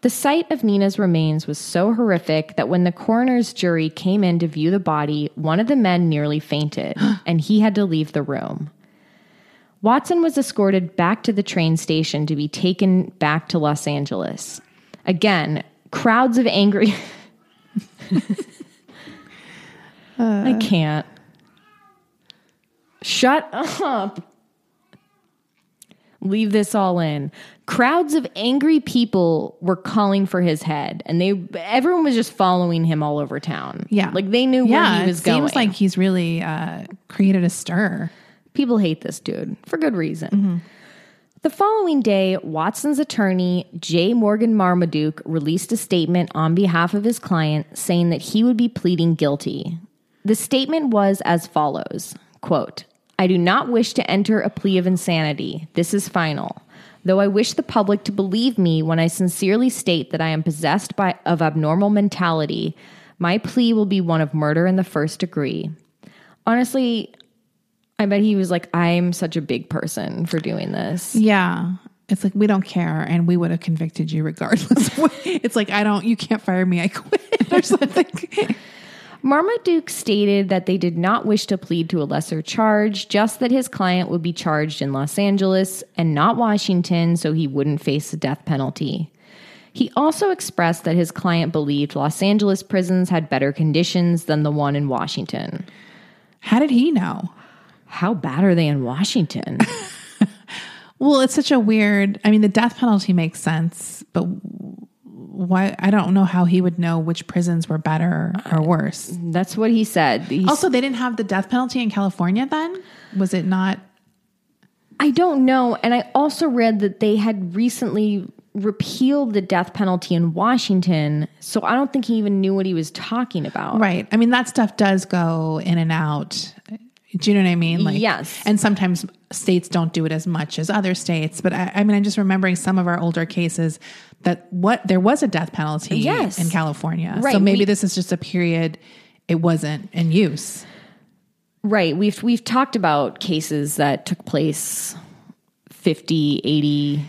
S1: The sight of Nina's remains was so horrific that when the coroner's jury came in to view the body, one of the men nearly fainted, and he had to leave the room. Watson was escorted back to the train station to be taken back to Los Angeles. Again, crowds of angry. I
S2: Uh,
S1: can't. Shut up. Leave this all in. Crowds of angry people were calling for his head, and they everyone was just following him all over town.
S2: Yeah.
S1: like they knew where
S2: yeah,
S1: he was
S2: it
S1: going.
S2: seems like he's really uh, created a stir.
S1: People hate this dude for good reason. The following day, Watson's attorney, J. Morgan Marmaduke, released a statement on behalf of his client saying that he would be pleading guilty. The statement was as follows quote, I do not wish to enter a plea of insanity. This is final. Though I wish the public to believe me when I sincerely state that I am possessed by, of abnormal mentality, my plea will be one of murder in the first degree. Honestly, I bet he was like, I'm such a big person for doing this.
S2: Yeah. It's like we don't care and we would have convicted you regardless. it's like I don't you can't fire me, I quit or something.
S1: Marmaduke stated that they did not wish to plead to a lesser charge, just that his client would be charged in Los Angeles and not Washington, so he wouldn't face the death penalty. He also expressed that his client believed Los Angeles prisons had better conditions than the one in Washington.
S2: How did he know?
S1: How bad are they in Washington?
S2: Well, it's such a weird I mean the death penalty makes sense, but why I don't know how he would know which prisons were better or worse.
S1: That's what he said. He s-
S2: Also, they didn't have the death penalty in California then? Was it not
S1: I don't know. And I also read that they had recently repealed the death penalty in Washington. So I don't think he even knew what he was talking about.
S2: Right. I mean, that stuff does go in and out. Do you know what I mean?
S1: Yes.
S2: And sometimes states don't do it as much as other states. But I, I mean, I'm just remembering some of our older cases that what there was a death penalty
S1: Yes.
S2: in California. So
S1: Right,
S2: maybe
S1: we-
S2: this is just a period it wasn't in use.
S1: Right. We've we've talked about cases that took place 50, 80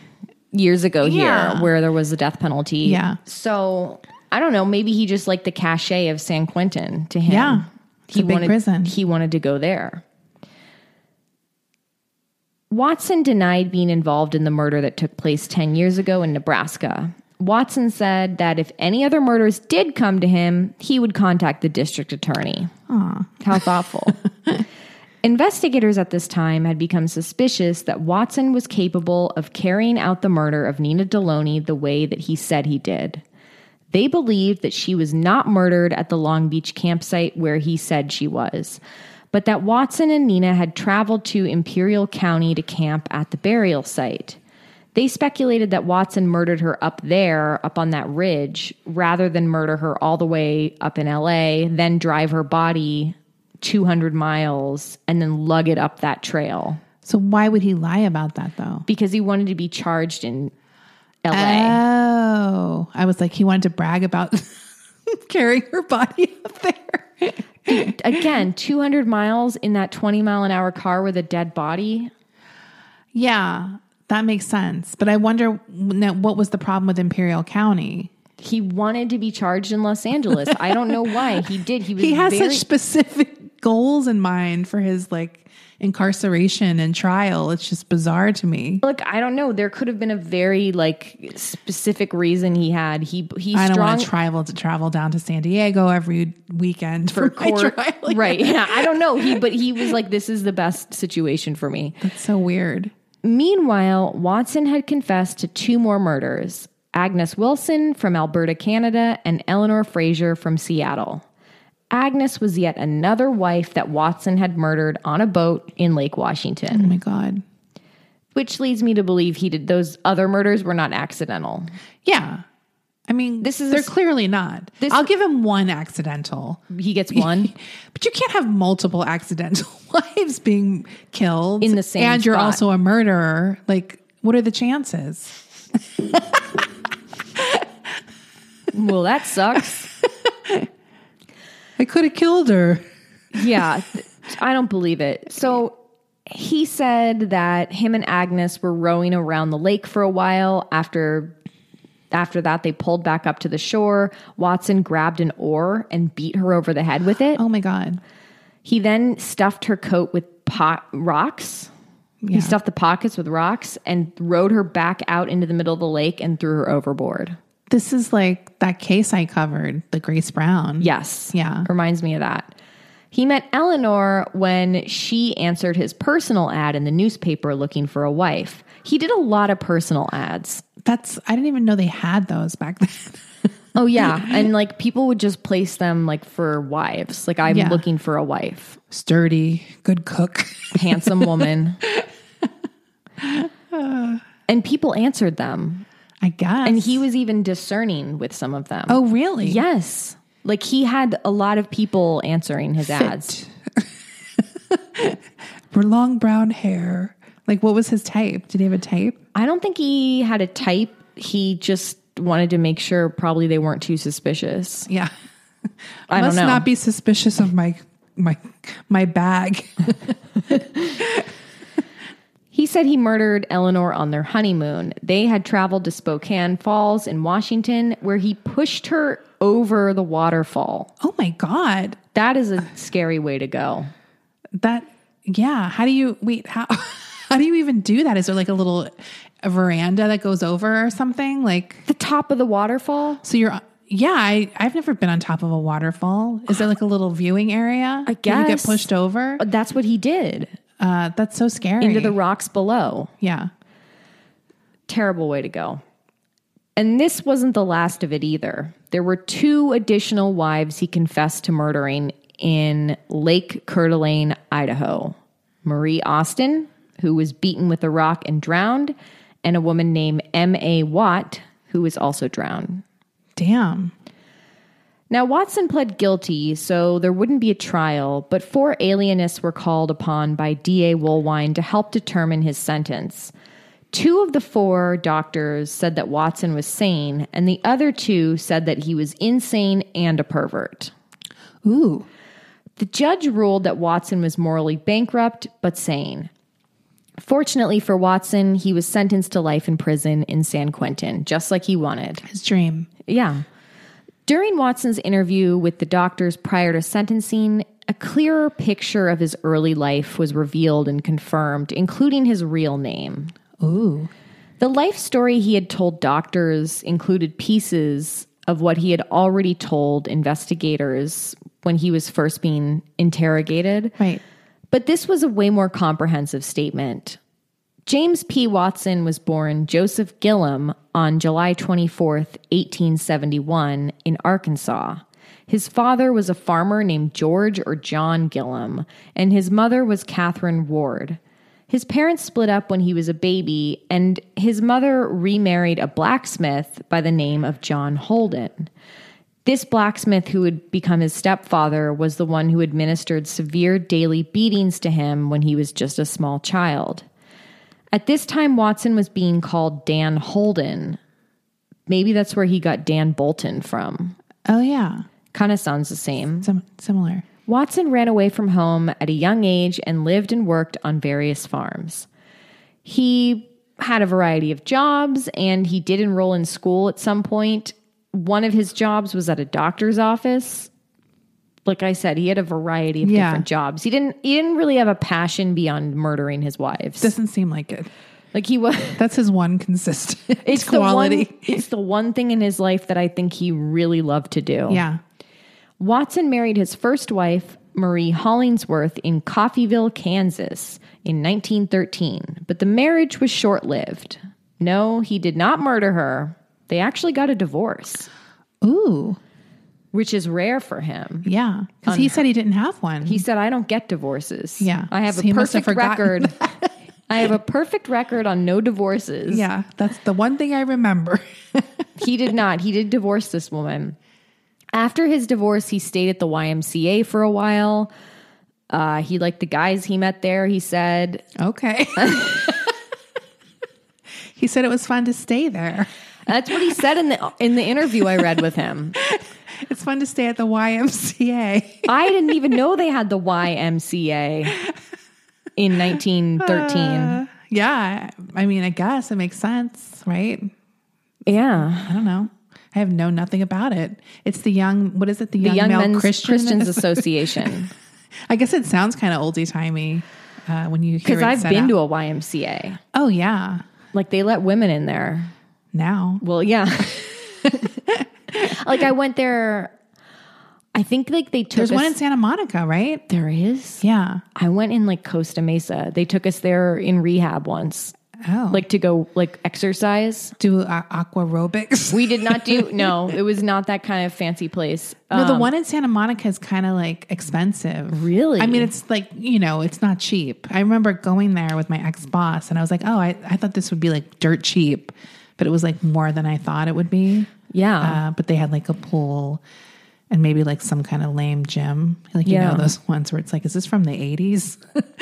S1: years ago
S2: Yeah.
S1: here where there was a death penalty.
S2: Yeah.
S1: So I don't know, maybe he just liked the cachet of San Quentin to him.
S2: Yeah. It's a big
S1: wanted
S2: prison.
S1: he wanted to go there. Watson denied being involved in the murder that took place 10 years ago in Nebraska. Watson said that if any other murders did come to him, he would contact the district attorney. How thoughtful. Investigators at this time had become suspicious that Watson was capable of carrying out the murder of Nina Deloney the way that he said he did. They believed that she was not murdered at the Long Beach campsite where he said she was, but that Watson and Nina had traveled to Imperial County to camp at the burial site. They speculated that Watson murdered her up there, up on that ridge, rather than murder her all the way up in LA, then drive her body 200 miles and then lug it up that trail
S2: So why would he lie about that though?
S1: because he wanted to be charged in LA.
S2: Uh. Oh, I was like, he wanted to brag about carrying her body up there.
S1: Again, 200 miles in that 20 mile an hour car with a dead body.
S2: Yeah, that makes sense. But I wonder now, what was the problem with Imperial County?
S1: He wanted to be charged in Los Angeles. I don't know why he did. He was
S2: He has
S1: very,
S2: such specific goals in mind for his like incarceration and trial. It's just bizarre to me.
S1: Look, I don't know. There could have been a very like specific reason he had. He he
S2: I don't
S1: strong
S2: want to travel to travel down to San Diego every weekend for, my
S1: court-
S2: trial. Like,
S1: right. Yeah, I don't know. He but he was like this is the best situation for me.
S2: That's so weird.
S1: Meanwhile, Watson had confessed to two more murders Agnes Wilson from Alberta, Canada, and Eleanor Fraser from Seattle. Agnes was yet another wife that Watson had murdered on a boat in Lake Washington,
S2: Oh my god.
S1: which leads me to believe he did those other murders were not accidental.
S2: Yeah. I mean,
S1: This is a
S2: they're
S1: s-
S2: clearly not.
S1: this-
S2: I'll give him one accidental,
S1: He gets one.
S2: but you can't have multiple accidental wives being killed
S1: In the same
S2: And you're
S1: spot.
S2: also a murderer. Like, what are the chances?
S1: well, that sucks.
S2: I could have killed her.
S1: Yeah, th- I don't believe it. So he said that him and Agnes were rowing around the lake for a while after after that they pulled back up to the shore. Watson grabbed an oar and beat her over the head with it.
S2: Oh my god.
S1: He then stuffed her coat with pot rocks. He stuffed the pockets with rocks and rowed her back out into the middle of the lake and threw her overboard.
S2: This is like that case I covered, the Grace Brown.
S1: Yes.
S2: Yeah.
S1: Reminds me of that. He met Eleanor when she answered his personal ad in the newspaper looking for a wife. He did a lot of personal ads.
S2: That's I didn't even know they had those back then.
S1: Oh, yeah. and like people would just place them like for wives. Like, I'm
S2: Yeah.
S1: looking for a wife,
S2: Sturdy, good cook.
S1: handsome woman. and people answered them.
S2: I guess.
S1: And he was even discerning with some of them.
S2: Oh really?
S1: yes. Like, he had a lot of people answering his ads.
S2: For long brown hair. Like what was his type? Did he have a type?
S1: I don't think he had a type. He just wanted to make sure probably they weren't too suspicious.
S2: Yeah.
S1: I
S2: Must
S1: don't know.
S2: not be suspicious of my my my bag.
S1: he said he murdered Eleanor on their honeymoon. They had traveled to Spokane Falls in Washington where he pushed her over the waterfall.
S2: Oh my god.
S1: That is a scary way to go.
S2: That yeah. How do you wait, how how do you even do that? Is there like a little veranda that goes over or something? Like
S1: The top of the waterfall?
S2: so you're yeah, I, I've never been on top of a waterfall. Is there like a little viewing area? I You get
S1: guess.
S2: pushed over.
S1: That's what he did
S2: Uh, that's so scary.
S1: into the rocks below.
S2: yeah.
S1: Terrible way to go. And this wasn't the last of it either. There were two additional wives he confessed to murdering in Lake Coeur d'Alene, Idaho Marie Austin, who was beaten with a rock and drowned, and a woman named M.A. Watt, who was also drowned.
S2: Damn.
S1: Now, Watson pled guilty, so there wouldn't be a trial, but four alienists were called upon by D.A. Woolwine to help determine his sentence. Two of the four doctors said that Watson was sane, and the other two said that he was insane and a pervert.
S2: Ooh.
S1: The judge ruled that Watson was morally bankrupt but sane. Fortunately for Watson, he was sentenced to life in prison in San Quentin, just like he wanted.
S2: His dream.
S1: Yeah. During Watson's interview with the doctors prior to sentencing, a clearer picture of his early life was revealed and confirmed, including his real name.
S2: Ooh.
S1: The life story he had told doctors included pieces of what he had already told investigators when he was first being interrogated.
S2: Right.
S1: But this was a way more comprehensive statement. James P. Watson was born Joseph Gillum on July 24th, 1871, in Arkansas. His father was a farmer named George or John Gillum, and his mother was Catherine Ward. His parents split up when he was a baby, and his mother remarried a blacksmith by the name of John Holden. This blacksmith, who would become his stepfather, was the one who administered severe daily beatings to him when he was just a small child. At this time, Watson was being called Dan Holden. Maybe that's where he got Dan Bolton from.
S2: Oh yeah.
S1: Kind of sounds the same.
S2: Sim- similar.
S1: Watson ran away from home at a young age and lived and worked on various farms. He had a variety of jobs and he did enroll in school at some point. One of his jobs was at a doctor's office. Like I said, he had a variety of
S2: Yeah.
S1: different jobs. He didn't he didn't really have a passion beyond murdering his wives.
S2: Doesn't seem like it.
S1: like he was
S2: That's his one consistent
S1: it's
S2: quality.
S1: the one it's the one thing in his life that I think he really loved to do.
S2: yeah.
S1: Watson married his first wife, Marie Hollingsworth, in Coffeeville, Kansas in 1913, but the marriage was short lived. No, he did not murder her. They actually got a divorce,
S2: Ooh.
S1: which is rare for him.
S2: Yeah. Because he said he didn't have one.
S1: He said, I don't get divorces.
S2: Yeah.
S1: I have
S2: So
S1: a
S2: he must have
S1: perfect
S2: forgotten
S1: record. I have a perfect record on no divorces.
S2: yeah. That's the one thing I remember.
S1: He did not. He did divorce this woman. After his divorce, he stayed at the YMCA for a while. Uh, he liked the guys he met there, he said.
S2: okay. he said it was fun to stay there.
S1: That's what he said in the in the interview I read with him.
S2: It's fun to stay at the YMCA.
S1: I didn't even know they had the YMCA in 1913.
S2: Uh, yeah. I mean, I guess it makes sense, right?
S1: yeah.
S2: I don't know. I have known nothing about it. It's the young, what is it? The young,
S1: The Young
S2: male
S1: Men's
S2: Christian
S1: Christians Association.
S2: I guess it sounds kind of oldie timey uh, when you hear
S1: Because
S2: it
S1: I've
S2: set
S1: been
S2: out.
S1: to a YMCA.
S2: Oh yeah,
S1: Like they let women in there.
S2: now
S1: Well, yeah. like I went there. I think like they took
S2: there's
S1: us,
S2: one in Santa Monica, right?
S1: there is.
S2: Yeah.
S1: I went in like Costa Mesa. They took us there in rehab once,
S2: Oh, like
S1: like to go like exercise.
S2: do uh, aquarobics.
S1: We did not do no. It was not that kind of fancy place.
S2: no, the one in Santa Monica is kind of like expensive.
S1: Really?
S2: I mean, it's like you know, it's not cheap. I remember going there with my ex boss, and I was like, oh, I, I thought this would be like dirt cheap, but it was like more than I thought it would be.
S1: yeah,
S2: Uh, but they had like a pool. And maybe like some kind of lame gym, like you
S1: Yeah.
S2: know those ones where it's like, is this from the eighties?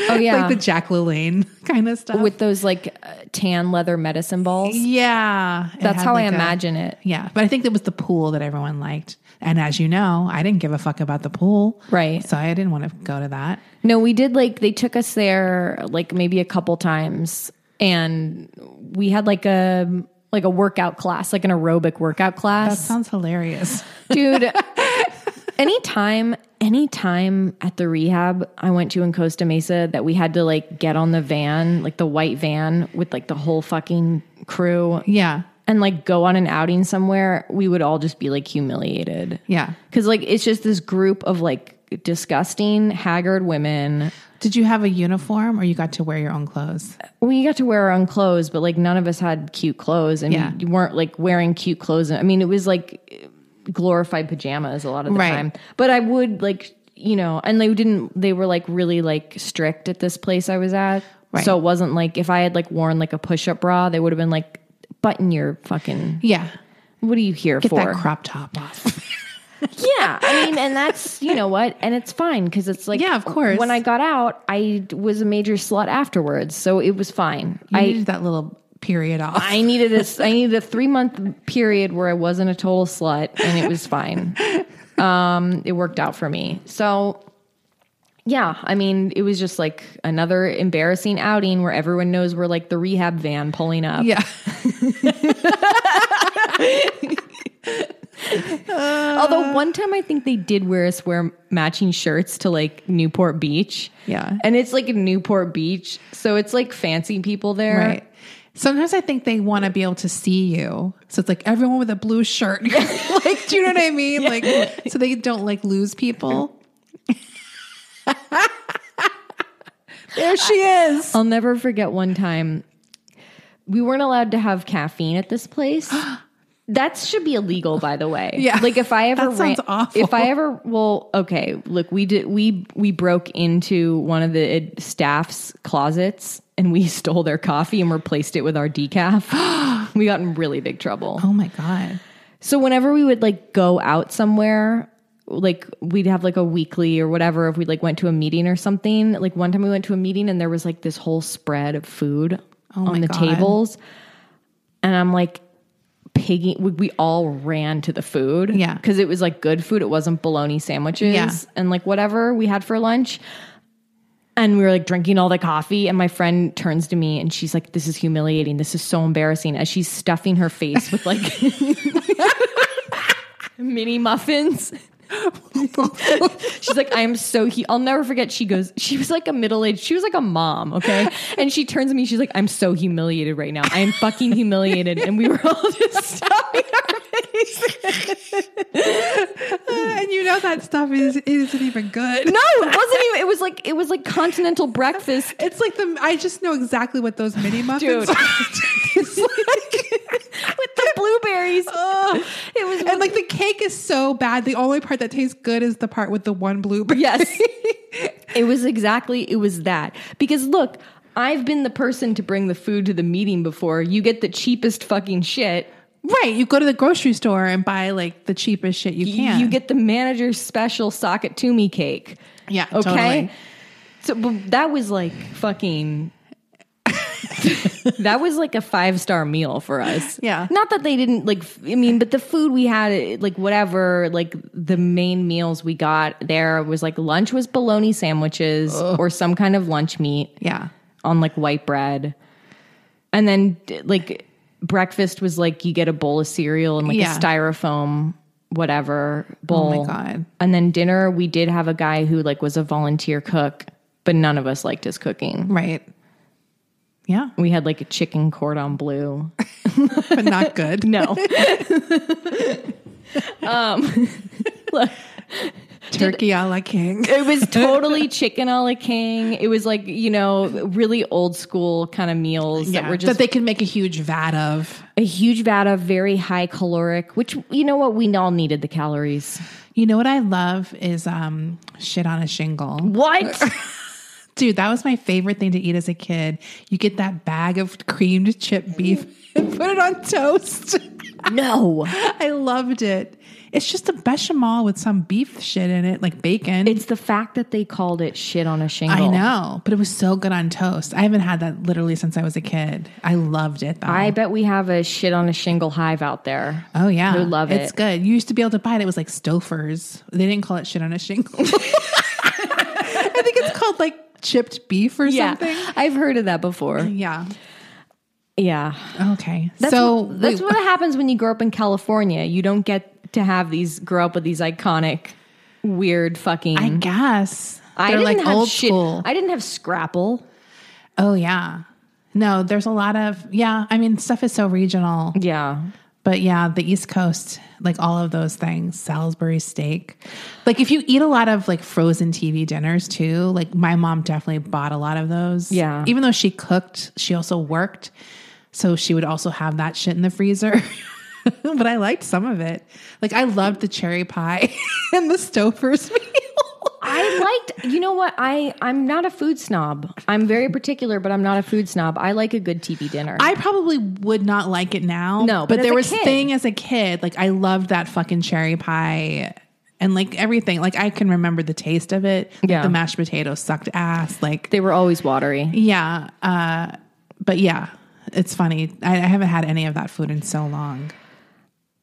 S1: oh yeah,
S2: like the Jack LaLanne kind of stuff.
S1: with those like uh, tan leather medicine balls.
S2: yeah, it
S1: That's
S2: had
S1: how I
S2: like a-
S1: imagine it.
S2: yeah, but I think that was the pool that everyone liked. And as you know, I didn't give a fuck about the pool,
S1: Right.
S2: So I didn't want to go to that.
S1: No, we did like they took us there like maybe a couple times and we had like a like a workout class, like an aerobic workout
S2: That
S1: class.
S2: sounds hilarious.
S1: Dude, anytime anytime at the rehab I went to in Costa Mesa that we had to like get on the van, like the white van with like the whole fucking crew
S2: Yeah,
S1: and like go on an outing somewhere, we would all just be like humiliated.
S2: yeah.
S1: Cuz like it's just this group of like disgusting haggard women
S2: Did you have a uniform, or you got to wear your own clothes?
S1: we got to wear our own clothes, but like none of us had cute clothes, and
S2: Yeah.
S1: you weren't like wearing cute clothes. I mean, it was like glorified pajamas a lot of the
S2: Right.
S1: time. But I would like you know, and they didn't. They were like really like strict at this place I was at,
S2: Right.
S1: so it wasn't like if I had like worn like a push-up bra, they would have been like, "Button your fucking
S2: Yeah,
S1: what are you here
S2: get
S1: for?"
S2: that crop top off.
S1: Yeah, I mean, and that's you know what, and it's fine because it's like
S2: Yeah, of course.
S1: When I got out, I d- was a major slut afterwards, so it was fine.
S2: I
S1: I
S2: needed that little period off.
S1: I needed this. I needed a three month period where I wasn't a total slut, and it was fine. Um, it worked out for me. So, yeah, I mean, it was just like another embarrassing outing where everyone knows we're like the rehab van pulling up.
S2: yeah, Uh.
S1: Although one time I think they did wear us wear matching shirts to like Newport Beach.
S2: Yeah.
S1: and it's like in Newport Beach, so it's like fancy people there.
S2: right. Sometimes I think they want to be able to see you, so it's like everyone with a blue shirt. like, do you know what I mean? Like, so they don't like lose people. there she is.
S1: I'll never forget one time we weren't allowed to have caffeine at this place. That should be illegal, by the way.
S2: Yeah.
S1: Like if I ever
S2: That sounds
S1: ran-
S2: awful.
S1: if I ever well, okay. Look, we did we we broke into one of the uh, staff's closets and we stole their coffee and replaced it with our decaf. we got in really big trouble.
S2: Oh my god.
S1: So whenever we would like go out somewhere, like we'd have like a weekly or whatever, if we like went to a meeting or something. Like one time we went to a meeting and there was like this whole spread of food on
S2: Oh my
S1: the
S2: God.
S1: tables, and I'm like. Piggy, we, we all ran to the food,
S2: Yeah.
S1: because it was like good food. It wasn't bologna sandwiches
S2: Yeah.
S1: and like whatever we had for lunch and we were like drinking all the coffee and my friend turns to me and she's like this is humiliating this is so embarrassing as she's stuffing her face with like mini muffins She's like, I am so he. I'll never forget. She goes, she was like a middle aged, she was like a mom, okay? And she turns to me, she's like, I'm so humiliated right now. I am fucking humiliated. And we were all just stopping our
S2: Uh, and you know that stuff is isn't even good.
S1: No, it wasn't even, it was like, it was like continental breakfast.
S2: It's like the I just know exactly what those mini muffins
S1: Dude.
S2: are. It's like
S1: With the blueberries, Oh. it was
S2: and like the cake is so bad. The only part that tastes good is the part with the one blueberry.
S1: Yes. it was exactly it was that. Because look, I've been the person to bring the food to the meeting before. You get the cheapest fucking shit.
S2: Right. You go to the grocery store and buy like the cheapest shit you
S1: Y-
S2: can.
S1: You get the manager's special socket to me cake.
S2: Yeah,
S1: Okay.
S2: totally.
S1: So but that was like fucking that was like a five star meal for us.
S2: Yeah.
S1: Not that they didn't like, f- I mean, but the food we had, it- like whatever, like the main meals we got there was like lunch was bologna sandwiches or some kind of lunch meat
S2: Yeah.
S1: on like white bread. And then d- like breakfast was like you get a bowl of cereal and like
S2: Yeah. Oh
S1: a styrofoam whatever bowl.
S2: God.
S1: And then dinner we did have a guy who like was a volunteer cook, but none of us liked his cooking.
S2: Right. Yeah.
S1: We had like a chicken cordon bleu.
S2: But not good.
S1: No. um look,
S2: Turkey a la king.
S1: it was totally chicken a la king. It was like, you know, really old school kind of meals that
S2: Yeah.
S1: were just
S2: that they can make a huge vat of.
S1: a huge vat of very high caloric, which you know what we all needed the calories.
S2: You know what I love is um shit on a shingle.
S1: What?
S2: Dude, that was my favorite thing to eat as a kid. You get that bag of creamed chip beef and put it on toast.
S1: no,
S2: I loved it. It's just a bechamel with some beef shit in it, like bacon.
S1: it's the fact that they called it shit on a shingle.
S2: I know, but it was so good on toast. I haven't had that literally since I was a kid. I loved it though.
S1: I bet we have a shit on a shingle hive out there.
S2: oh yeah,
S1: who love
S2: it's
S1: it.
S2: good. You used to be able to buy it. It was like Stouffer's. They didn't call it shit on a shingle. I think it's called like chipped beef or
S1: Yeah,
S2: something.
S1: I've heard of that before.
S2: Yeah.
S1: Yeah,
S2: Okay. so
S1: what- that's
S2: wait,
S1: what happens when you grow up in California. You don't get to have these grow up with these iconic, weird fucking.
S2: I guess
S1: I
S2: they're
S1: didn't
S2: like
S1: have
S2: old
S1: shit-
S2: school.
S1: I didn't have Scrapple.
S2: oh yeah. No, there's a lot of yeah. I mean, stuff is so regional.
S1: Yeah,
S2: But yeah, the East Coast, like all of those things, Salisbury steak. Like if you eat a lot of like frozen TV dinners too, like my mom definitely bought a lot of those.
S1: Yeah.
S2: Even though she cooked, she also worked. So she would also have that shit in the freezer. but I liked some of it. Like I loved the cherry pie and the Stouffer's meal.
S1: I liked. You know what? I I'm not a food snob. I'm very particular, but I'm not a food snob. I like a good TV dinner.
S2: I probably would not like it now.
S1: No, but
S2: but,
S1: as
S2: there
S1: a
S2: was
S1: kid.
S2: thing as a kid, like I loved that fucking cherry pie and like everything. Like I can remember the taste of it. Like,
S1: Yeah.
S2: the mashed potatoes sucked ass. Like
S1: they were always watery.
S2: yeah, uh, but yeah, it's funny. I, I haven't had any of that food in so long.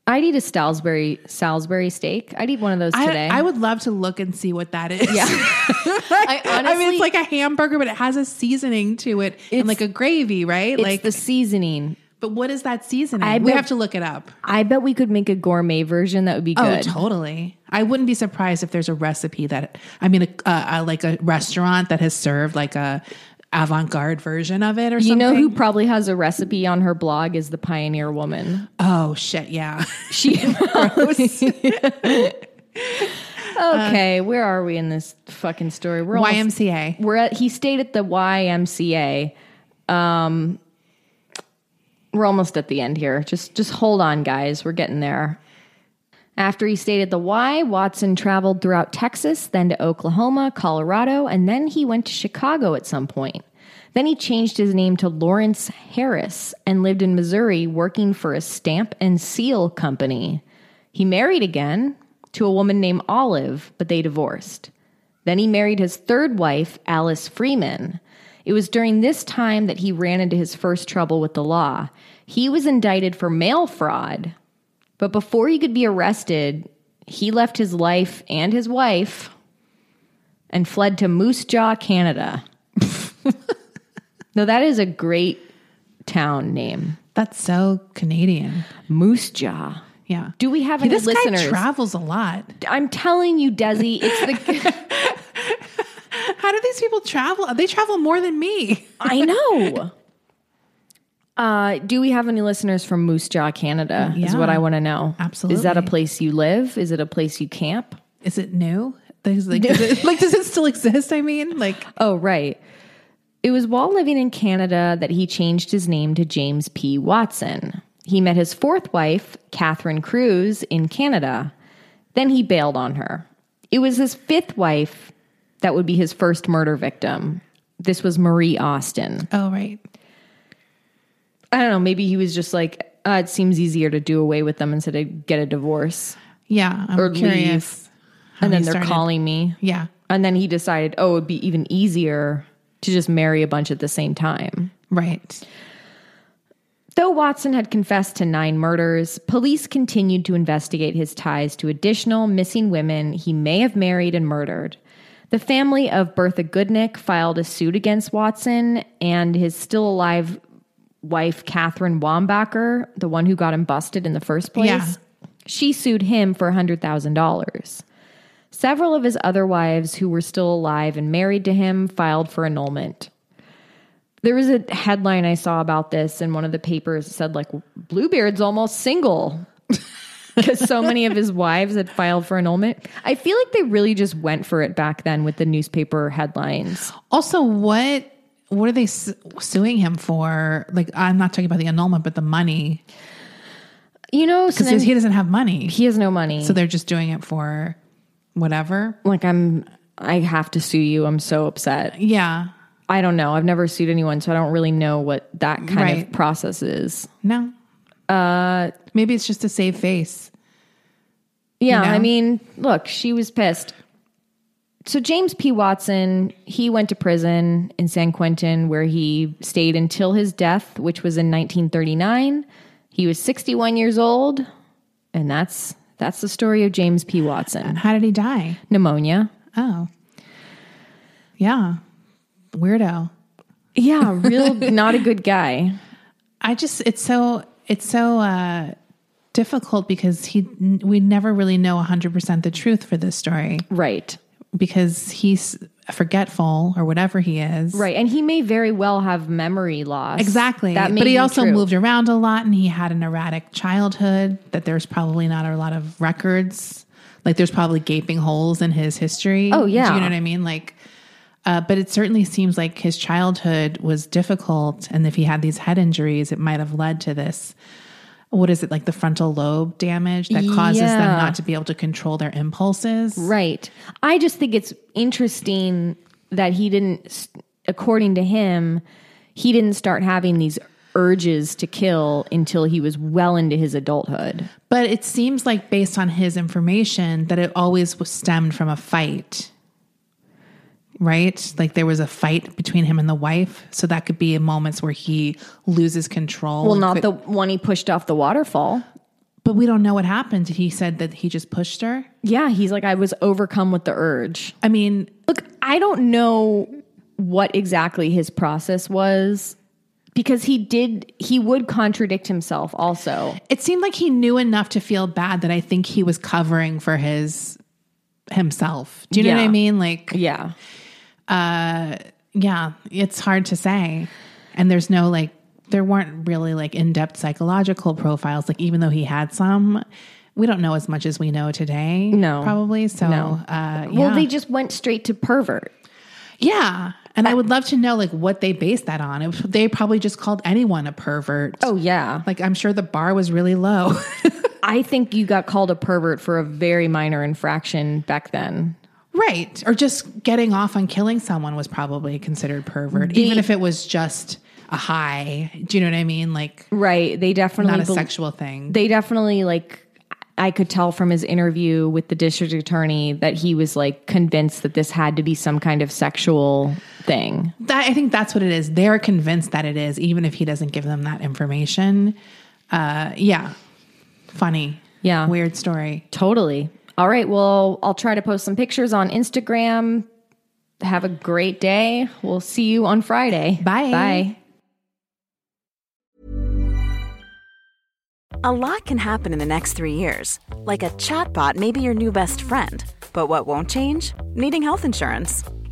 S1: I'd eat a Salisbury Salisbury steak. I'd eat one of those today.
S2: I, I would love to look and see what that is.
S1: Yeah. I
S2: I mean,
S1: honestly-
S2: it's like a hamburger, but it has a seasoning to it and like a gravy, right?
S1: it's
S2: Like,
S1: the seasoning.
S2: but what is that seasoning?
S1: I
S2: we
S1: bet-
S2: have to look it up.
S1: I bet we could make a gourmet version that would be
S2: Oh,
S1: good.
S2: totally. I wouldn't be surprised if there's a recipe that I mean, a, a, a, like a restaurant that has served like a avant-garde version of it or
S1: you
S2: something.
S1: know who probably has a recipe on her blog is the pioneer woman.
S2: Oh shit! Yeah,
S1: She Okay, where are we in this fucking story? We're almost-
S2: YMCA.
S1: we're at he stayed at the YMCA. Um we're almost at the end here. Just just hold on guys, we're getting there. After he stayed at the Y, Watson traveled throughout Texas, then to Oklahoma, Colorado, and then he went to Chicago at some point. Then he changed his name to Lawrence Harris and lived in Missouri working for a stamp and seal company. He married again to a woman named Olive, but they divorced. Then he married his third wife, Alice Freeman. It was during this time that he ran into his first trouble with the law. He was indicted for mail fraud, but before he could be arrested, he left his life and his wife and fled to Moose Jaw, Canada. no, that is a great town name.
S2: that's so Canadian.
S1: Moose Jaw.
S2: Yeah.
S1: Do we have any
S2: this
S1: listeners?
S2: guy travels a lot.
S1: I'm telling you, Desi, it's the.
S2: How do these people travel? They travel more than me.
S1: I know. Uh, do we have any listeners from Moose Jaw, Canada? Is what
S2: Yeah.
S1: I want to know. Is that a
S2: Absolutely.
S1: place you live? Is it a place you camp?
S2: Is it new? There's like, does it, like, does it still exist? I mean, like,
S1: Oh, right. It was while living in Canada that he changed his name to James P. Watson. He met his fourth wife, Catherine Cruz, in Canada. Then he bailed on her. It was his fifth wife that would be his first murder victim. This was Marie Austin.
S2: oh, right.
S1: I don't know, maybe he was just like, uh, it seems easier to do away with them instead of get a divorce.
S2: Yeah. I'm
S1: Or leave.
S2: curious. how
S1: and then
S2: he
S1: they're
S2: started.
S1: calling me.
S2: Yeah.
S1: And then he decided, oh, it'd be even easier to just marry a bunch at the same time.
S2: Right.
S1: Though Watson had confessed to nine murders, police continued to investigate his ties to additional missing women he may have married and murdered. The family of Bertha Goodnick filed a suit against Watson and his still alive wife, Catherine Wambacher, the one who got him busted in the first place.
S2: Yeah.
S1: She sued him for $100,000. Several of his other wives who were still alive and married to him filed for annulment. There was a headline I saw about this in one of the papers that said like Bluebeard's almost single because so many of his wives had filed for annulment. I feel like they really just went for it back then with the newspaper headlines.
S2: Also, what what are they su- suing him for? Like, I'm not talking about the annulment, but the money
S1: You know, so then
S2: because he doesn't have money,
S1: he has no money.
S2: so they're just doing it for whatever.
S1: like I'm I have to sue you. I'm so upset.
S2: Yeah.
S1: I don't know. I've never sued anyone, so I don't really know what that kind of
S2: Right.
S1: process is.
S2: No. Uh, maybe it's just to save face.
S1: Yeah,
S2: know?
S1: I mean, look, she was pissed. So James P. Watson, he went to prison in San Quentin where he stayed until his death, which was in 1939. He was 61 years old, and that's that's the story of James P. Watson.
S2: How did he die?
S1: Pneumonia.
S2: Oh. Yeah. Weirdo.
S1: Yeah, real not a good guy.
S2: I just it's so it's so uh difficult because he we never really know 100% the truth for this story
S1: Right.
S2: because he's forgetful or whatever he is.
S1: Right. And he may very well have memory loss.
S2: Exactly.
S1: That may
S2: but he
S1: be
S2: also
S1: true.
S2: moved around a lot and he had an erratic childhood that there's probably not a lot of records. Like there's probably gaping holes in his history.
S1: Oh, yeah.
S2: Do you know what I mean? Like uh, but it certainly seems like his childhood was difficult and if he had these head injuries, it might have led to this what is it like the frontal lobe damage that causes
S1: Yeah.
S2: them not to be able to control their impulses?
S1: Right. I just think it's interesting that he didn't, according to him, he didn't start having these urges to kill until he was well into his adulthood.
S2: But it seems like based on his information that it always was stemmed from a fight. Right? Like there was a fight between him and the wife. So that could be in moments where he loses control.
S1: Well,
S2: and
S1: not
S2: quit-
S1: the one he pushed off the waterfall.
S2: But we don't know what happened. He said that he just pushed her.
S1: Yeah, he's like, I was overcome with the urge.
S2: I mean,
S1: Look, I don't know what exactly his process was because he did, he would contradict himself also.
S2: it seemed like he knew enough to feel bad that I think he was covering for his himself. Do you know what
S1: Yeah.
S2: I mean? Like
S1: Yeah.
S2: Yeah, it's hard to say. And there's no like, there weren't really like in depth psychological profiles. Like, even though he had some, we don't know as much as we know today.
S1: No.
S2: Probably. So,
S1: No.
S2: uh, yeah.
S1: Well, they just went straight to pervert.
S2: yeah. And I would love to know like what they based that on. It was, they probably just called anyone a pervert.
S1: Oh, yeah.
S2: Like, I'm sure the bar was really low.
S1: I think you got called a pervert for a very minor infraction back then.
S2: right. Or just getting off on killing someone was probably considered pervert, even if it was just a high. Do you know what I mean? Like,
S1: Right. They definitely
S2: not a
S1: bel-
S2: sexual thing.
S1: they definitely like I could tell from his interview with the district attorney that he was like convinced that this had to be some kind of sexual thing.
S2: that I think that's what it is. They're convinced that it is, even if he doesn't give them that information. Uh, yeah, funny.
S1: Yeah.
S2: weird story.
S1: Totally. All right, well, I'll try to post some pictures on Instagram. Have a great day. We'll see you on Friday.
S2: Bye.
S1: Bye.
S4: A lot can happen in the next three years. Like a chatbot may be your new best friend. But what won't change? Needing health insurance.